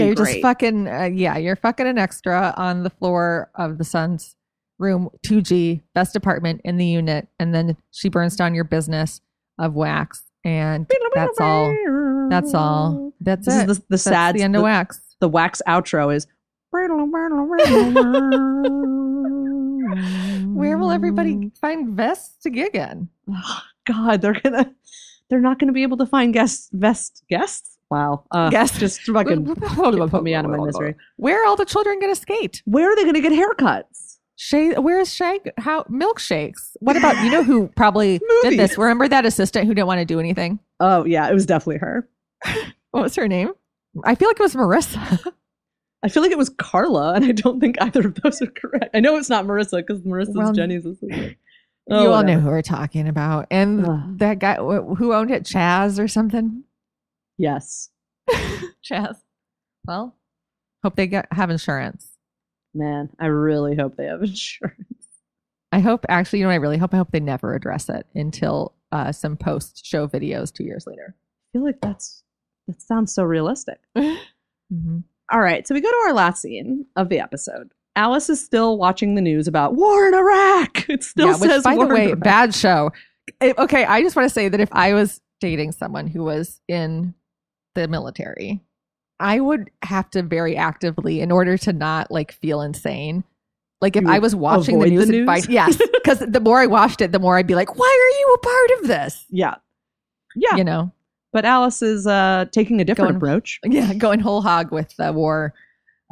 Speaker 2: [LAUGHS] yeah, you're
Speaker 3: great.
Speaker 2: just fucking uh, yeah, you're fucking an extra on the floor of the son's room, 2G, best apartment in the unit, and then she burns down your business of wax, and that's all. That's all. That's
Speaker 3: This
Speaker 2: it.
Speaker 3: is the, the
Speaker 2: That's
Speaker 3: sad
Speaker 2: Mm-hmm. the end
Speaker 3: the,
Speaker 2: of wax.
Speaker 3: the wax outro is.
Speaker 2: Where will everybody find vests to gig in?
Speaker 3: [LAUGHS] God, they're gonna they're not gonna be able to find guest vest guests. Wow. Uh,
Speaker 2: Guests.
Speaker 3: just [LAUGHS] fucking put me out of my misery.
Speaker 2: Where are all the children going to skate?
Speaker 3: Where are they gonna get haircuts?
Speaker 2: Shay, where's Shay? How milkshakes? What about you know [LAUGHS] who probably did
Speaker 3: Movies.
Speaker 2: this? Remember that assistant who didn't want to do anything?
Speaker 3: Oh yeah, it was definitely her.
Speaker 2: What was her name? I feel like it was Marissa.
Speaker 3: I feel like it was Carla, and I don't think either of those are correct. I know it's not Marissa because Marissa's
Speaker 2: Well,
Speaker 3: Jenny's assistant.
Speaker 2: you all know who we're talking about. And
Speaker 3: Oh, Ugh.
Speaker 2: that guy wh- who owned it, Chaz or something.
Speaker 3: Yes,
Speaker 2: Chaz. Well, hope they get, have insurance.
Speaker 3: man. I really hope they have [LAUGHS] insurance.
Speaker 2: I hope, actually, you know what I really hope? I hope they never address it until uh, some post show videos two years later.
Speaker 3: I feel like that's that sounds
Speaker 2: [LAUGHS]
Speaker 3: so realistic.
Speaker 2: Mhm.
Speaker 3: All right, so we go to our last scene of the episode. Alice is still watching the news about war in Iraq. It still
Speaker 2: yeah, which,
Speaker 3: says
Speaker 2: by
Speaker 3: war
Speaker 2: the
Speaker 3: in
Speaker 2: way,
Speaker 3: Iraq.
Speaker 2: bad show. It- okay, I just want to say that if I was dating someone who was in the military, I would have to very actively, in order to not like feel insane, Like if
Speaker 3: You
Speaker 2: I was watching the
Speaker 3: avoid the
Speaker 2: news,
Speaker 3: news?
Speaker 2: and find, [LAUGHS]
Speaker 3: [LAUGHS]
Speaker 2: yes, because the more I watched it, the more I'd be like, "Why are you a part of this?"
Speaker 3: Yeah. Yeah.
Speaker 2: You know,
Speaker 3: But Alice is uh, taking a different
Speaker 2: Going-
Speaker 3: approach.
Speaker 2: yeah, going whole hog with the war.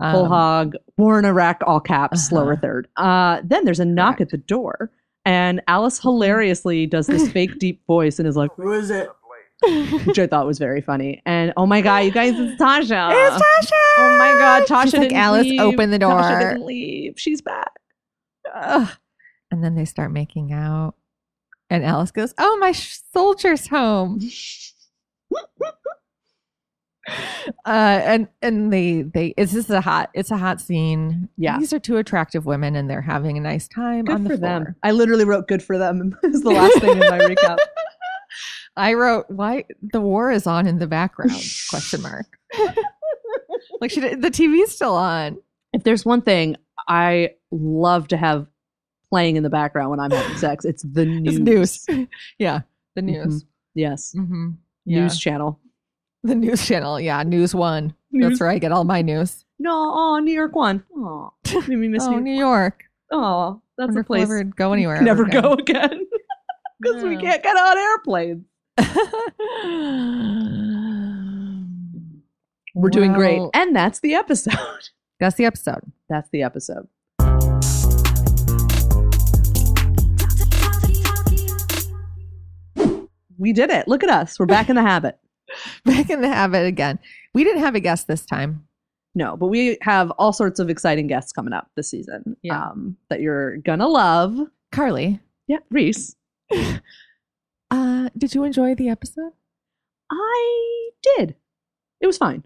Speaker 2: Um,
Speaker 3: Full hog, war in Iraq, all caps, slower
Speaker 2: uh-huh.
Speaker 3: third. Uh, then there's a knock at the door, and Alice
Speaker 2: Mm-hmm.
Speaker 3: hilariously does
Speaker 2: [LAUGHS]
Speaker 3: this fake deep voice and is like,
Speaker 4: Who is it?
Speaker 3: which I thought was very funny. And oh my god, you guys, it's
Speaker 2: [LAUGHS]
Speaker 3: Tasha.
Speaker 2: It's Tasha.
Speaker 3: Oh my god, Tasha!
Speaker 2: She's like,
Speaker 3: didn't
Speaker 2: Alice,
Speaker 3: leave.
Speaker 2: open the
Speaker 3: Tasha
Speaker 2: door.
Speaker 3: didn't leave. She's back.
Speaker 2: Ugh. And then they start making out, and Alice goes, "Oh, my sh- soldier's
Speaker 3: [LAUGHS]
Speaker 2: home." uh, and and they they it's this is a hot it's a hot scene.
Speaker 3: Yeah.
Speaker 2: these are two attractive women, and they're having a nice time
Speaker 3: Good
Speaker 2: on the
Speaker 3: for
Speaker 2: floor.
Speaker 3: them. I literally wrote "good for them" [LAUGHS] is the last thing in my
Speaker 2: [LAUGHS]
Speaker 3: recap.
Speaker 2: I wrote why the war is on in the
Speaker 3: [LAUGHS]
Speaker 2: background question mark. [LAUGHS] like she did, the TV's still on.
Speaker 3: If there's one thing I love to have playing in the background when I'm having sex, it's the news.
Speaker 2: It's news. yeah, the news.
Speaker 3: Yes,
Speaker 2: Mm-hmm. Yeah.
Speaker 3: news channel.
Speaker 2: The news channel. Yeah, News One. That's where I get all my news.
Speaker 3: No, oh, New York one. Oh, made me miss
Speaker 2: oh,
Speaker 3: New
Speaker 2: New York.
Speaker 3: Oh, that's
Speaker 2: Wonder
Speaker 3: a
Speaker 2: if we'll
Speaker 3: place.
Speaker 2: ever go anywhere. ever
Speaker 3: Never
Speaker 2: again.
Speaker 3: go again [LAUGHS] because we
Speaker 2: No.
Speaker 3: can't get on [LAUGHS] airplanes. We're doing great,
Speaker 2: Well,
Speaker 3: and that's the episode. [LAUGHS]
Speaker 2: That's the episode. [LAUGHS]
Speaker 3: That's the episode. We did it. Look at us. We're back in the habit.
Speaker 2: Back in the habit again. We didn't have a guest this time.
Speaker 3: No, but we have all sorts of exciting guests coming up this season
Speaker 2: Yeah.
Speaker 3: um, that you're going to love.
Speaker 2: Carly,
Speaker 3: Yeah, Reese.
Speaker 2: uh, did you enjoy the episode?
Speaker 3: I did. It was fine.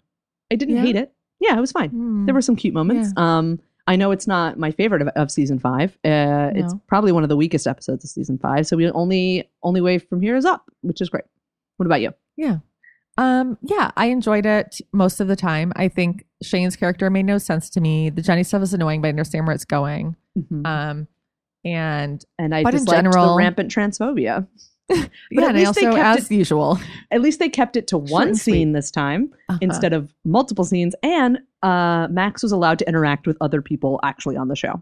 Speaker 3: I didn't
Speaker 2: Yeah?
Speaker 3: hate it. Yeah, it was fine. There were some cute moments. Um, I know it's not my favorite of, of season five. Uh, It's
Speaker 2: No.
Speaker 3: probably one of the weakest episodes of season five. So we only only way from here is up, which is great. What about you?
Speaker 2: Um, yeah, I enjoyed it most of the time. I think Shane's character made no sense to me. The Jenny stuff is annoying, but I understand where it's going. Um, and
Speaker 3: and I
Speaker 2: but in
Speaker 3: disliked the
Speaker 2: general-
Speaker 3: rampant transphobia. But
Speaker 2: yeah,
Speaker 3: at
Speaker 2: and I
Speaker 3: least they
Speaker 2: also,
Speaker 3: kept
Speaker 2: as usual,
Speaker 3: At least they kept it to one
Speaker 2: and sweet.
Speaker 3: scene this time [LAUGHS] instead of multiple scenes, and uh, Max was allowed to interact with other people actually on the show.
Speaker 2: Uh-huh.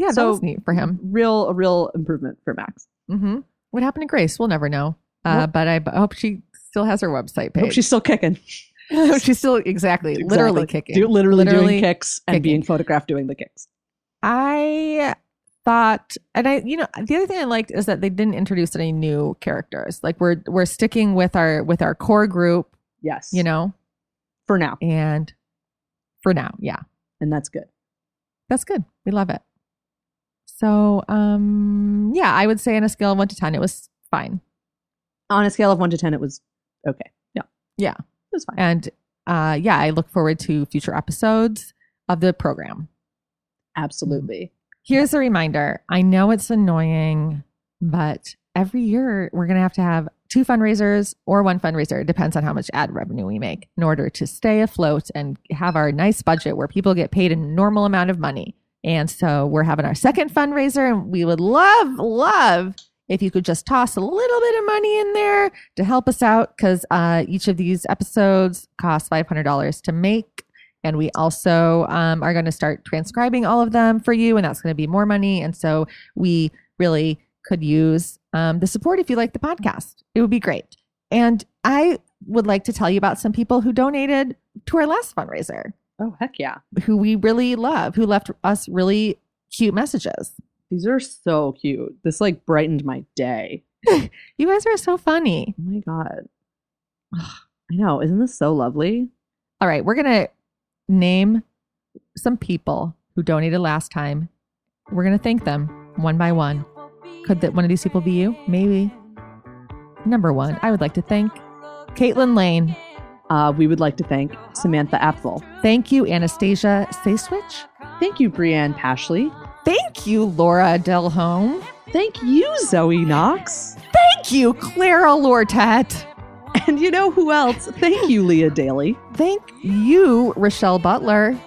Speaker 2: yeah, that
Speaker 3: so-
Speaker 2: was neat for him.
Speaker 3: Real, a real improvement for Max.
Speaker 2: hmm What happened to Grace? We'll never know. Uh,
Speaker 3: Nope.
Speaker 2: But I b- hope she still has her website page. [LAUGHS]
Speaker 3: Hope she's still kicking.
Speaker 2: she's still exactly, literally
Speaker 3: Exactly.
Speaker 2: kicking.
Speaker 3: Do- [LAUGHS] literally,
Speaker 2: Literally
Speaker 3: doing kicks and
Speaker 2: kicking.
Speaker 3: being photographed doing the kicks.
Speaker 2: I thought, and I, you know, the other thing I liked is that they didn't introduce any new characters. Like we're we're sticking with our with our core group,
Speaker 3: Yes,
Speaker 2: you know,
Speaker 3: for now,
Speaker 2: and for now, yeah,
Speaker 3: and that's good.
Speaker 2: that's good. We love it. So, um, yeah, I would say on a scale of one to ten, it was fine,
Speaker 3: On a scale of one to ten, it was okay. Yeah,
Speaker 2: Yeah.
Speaker 3: it was fine.
Speaker 2: and uh, yeah, I look forward to future episodes of the program.
Speaker 3: Absolutely.
Speaker 2: Here's a reminder. I know it's annoying, but every year we're going to have to have two fundraisers or one fundraiser. It depends on how much ad revenue we make in order to stay afloat and have our nice budget where people get paid a normal amount of money. And so we're having our second fundraiser, and we would love, love if you could just toss a little bit of money in there to help us out because uh, each of these episodes costs $500 to make. And we also um, are going to start transcribing all of them for you, and that's going to be more money. And so we really could use um, the support if you like the podcast. It would be great. And I would like to tell you about some people who donated to our last fundraiser,
Speaker 3: Oh heck yeah!
Speaker 2: who we really love, who left us really cute messages.
Speaker 3: These are so cute. This like brightened my day.
Speaker 2: You guys are so funny.
Speaker 3: Oh my god. [SIGHS] I know. Isn't this so lovely?
Speaker 2: All right, we're going to name some people who donated last time. We're going to thank them one by one. Could that one of these people be you? Maybe. Number one, I would like to thank Caitlin Lane.
Speaker 3: Uh, we would like to thank Samantha Apfel.
Speaker 2: Thank you, Anastasia Sayswitch.
Speaker 3: Thank you, Brianne Pashley.
Speaker 2: Thank you, Laura Delhome.
Speaker 3: Thank you, Zoe Knox. [LAUGHS]
Speaker 2: Thank you, Clara Lortet.
Speaker 3: And you know who else? Thank you, Leah Daly.
Speaker 2: Thank you, Rochelle Butler.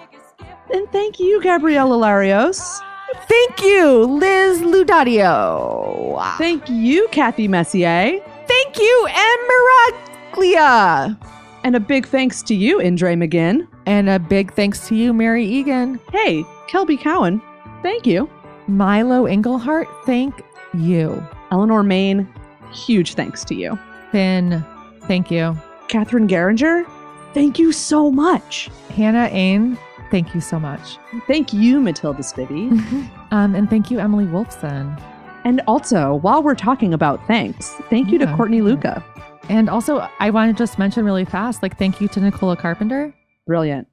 Speaker 3: And thank you, Gabriella Larios.
Speaker 2: Thank you, Liz Ludadio.
Speaker 3: Thank you, Kathy Messier.
Speaker 2: Thank you, Emeraglia.
Speaker 3: And a big thanks to you, Indre McGinn.
Speaker 2: And a big thanks to you, Mary Egan.
Speaker 3: Hey, Kelby Cowan. Thank you.
Speaker 2: Milo Englehart, thank you.
Speaker 3: Eleanor Main, huge thanks to you.
Speaker 2: Finn, thank you.
Speaker 3: Catherine Geringer, thank you so much.
Speaker 2: Hannah Ain, thank you so much.
Speaker 3: Thank you, Matilda Spivey.
Speaker 2: Um, and thank you, Emily Wolfson.
Speaker 3: and also, while we're talking about thanks, thank you
Speaker 2: Yeah.
Speaker 3: to Courtney Luca.
Speaker 2: And also, I want to just mention really fast, like, thank you to Nicola Carpenter.
Speaker 3: Brilliant.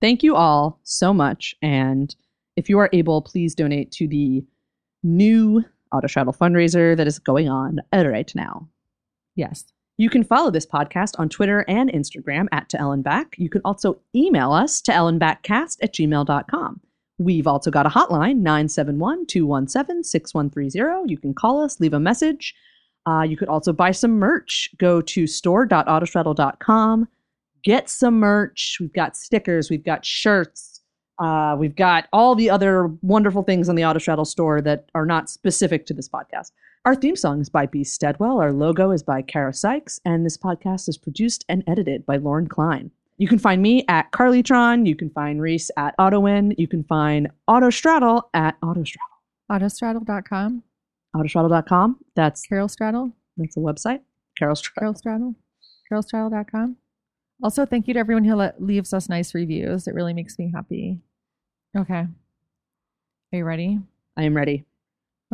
Speaker 3: Thank you all so much. And if you are able, please donate to the new Auto Shuttle fundraiser that is going on right now.
Speaker 2: Yes.
Speaker 3: You can follow this podcast on Twitter and Instagram at To Ellen Back. You can also email us to ellenbackcast at gmail.com. We've also got a hotline, 971 217 6130. You can call us, leave a message. Uh, you could also buy some merch. Go to store.autostraddle.com, get some merch. We've got stickers, we've got shirts, uh, we've got all the other wonderful things on the Autostraddle store that are not specific to this podcast. Our theme song is by B. Steadwell. Our logo is by Kara Sykes. And this podcast is produced and edited by Lauren Klein. You can find me at Carlytron. You can find Reese at Autowin. You can find Autostraddle at Autostraddle.
Speaker 2: Autostraddle.com.
Speaker 3: Autostraddle.com. That's
Speaker 2: Carol Straddle.
Speaker 3: that's a website. Carol
Speaker 2: Carol
Speaker 3: Straddle.
Speaker 2: Straddle. CarolStraddle.com. Also, thank you to everyone who le- leaves us nice reviews. It really makes me happy. Okay. Are you ready?
Speaker 3: I am ready.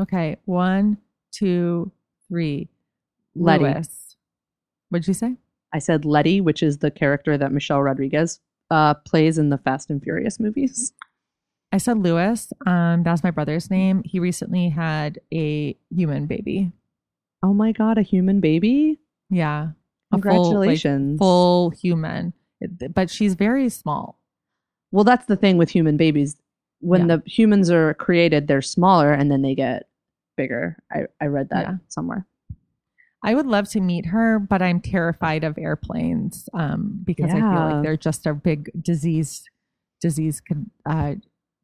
Speaker 2: Okay. One, two, three.
Speaker 3: Letty.
Speaker 2: Lewis. What'd you say?
Speaker 3: I said Letty, which is the character that Michelle Rodriguez uh, plays in the Fast and Furious movies.
Speaker 2: I said Lewis. Um, that's my brother's name. He recently had a human baby.
Speaker 3: Oh my God, a human baby?
Speaker 2: Yeah. A full, like,
Speaker 3: Congratulations.
Speaker 2: full human. But she's very small.
Speaker 3: Well, that's the thing with human babies. When the humans are created, they're smaller and then they get bigger. I, I read that
Speaker 2: Yeah.
Speaker 3: somewhere.
Speaker 2: I would love to meet her, but I'm terrified of airplanes um, because I feel
Speaker 3: Yeah.
Speaker 2: like they're just a big disease disease con- uh,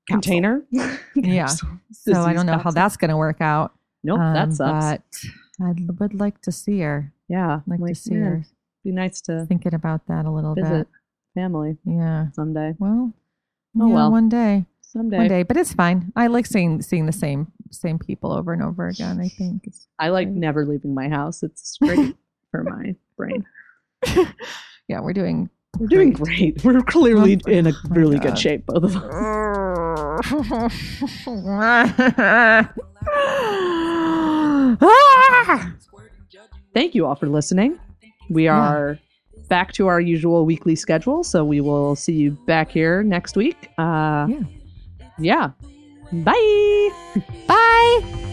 Speaker 2: capsule. [LAUGHS] Yeah.
Speaker 3: [LAUGHS]
Speaker 2: So I don't know how that's going to work out.
Speaker 3: Nope,
Speaker 2: Um,
Speaker 3: that sucks.
Speaker 2: But I l- would like to see her.
Speaker 3: yeah.
Speaker 2: I'd like to
Speaker 3: like,
Speaker 2: see
Speaker 3: man,
Speaker 2: her.
Speaker 3: Be nice to
Speaker 2: Thinking about that a little
Speaker 3: visit
Speaker 2: bit.
Speaker 3: family
Speaker 2: Yeah.
Speaker 3: someday.
Speaker 2: Well.
Speaker 3: Oh,
Speaker 2: yeah,
Speaker 3: well.
Speaker 2: One day.
Speaker 3: Someday.
Speaker 2: One day. But it's fine. I like seeing seeing the same same people over and over again. I think. It's-
Speaker 3: I like
Speaker 2: Right.
Speaker 3: never leaving my house. It's
Speaker 2: [LAUGHS]
Speaker 3: great for my brain.
Speaker 2: yeah, we're doing. [LAUGHS]
Speaker 3: We're doing great. We're clearly
Speaker 2: Oh,
Speaker 3: in a
Speaker 2: my
Speaker 3: really
Speaker 2: God.
Speaker 3: good shape, both of us.
Speaker 2: Ah!
Speaker 3: Thank you all for listening. We
Speaker 2: Yeah.
Speaker 3: are back to our usual weekly schedule, so we will see you back here next week. Uh,
Speaker 2: Yeah.
Speaker 3: yeah. Bye.
Speaker 2: Bye.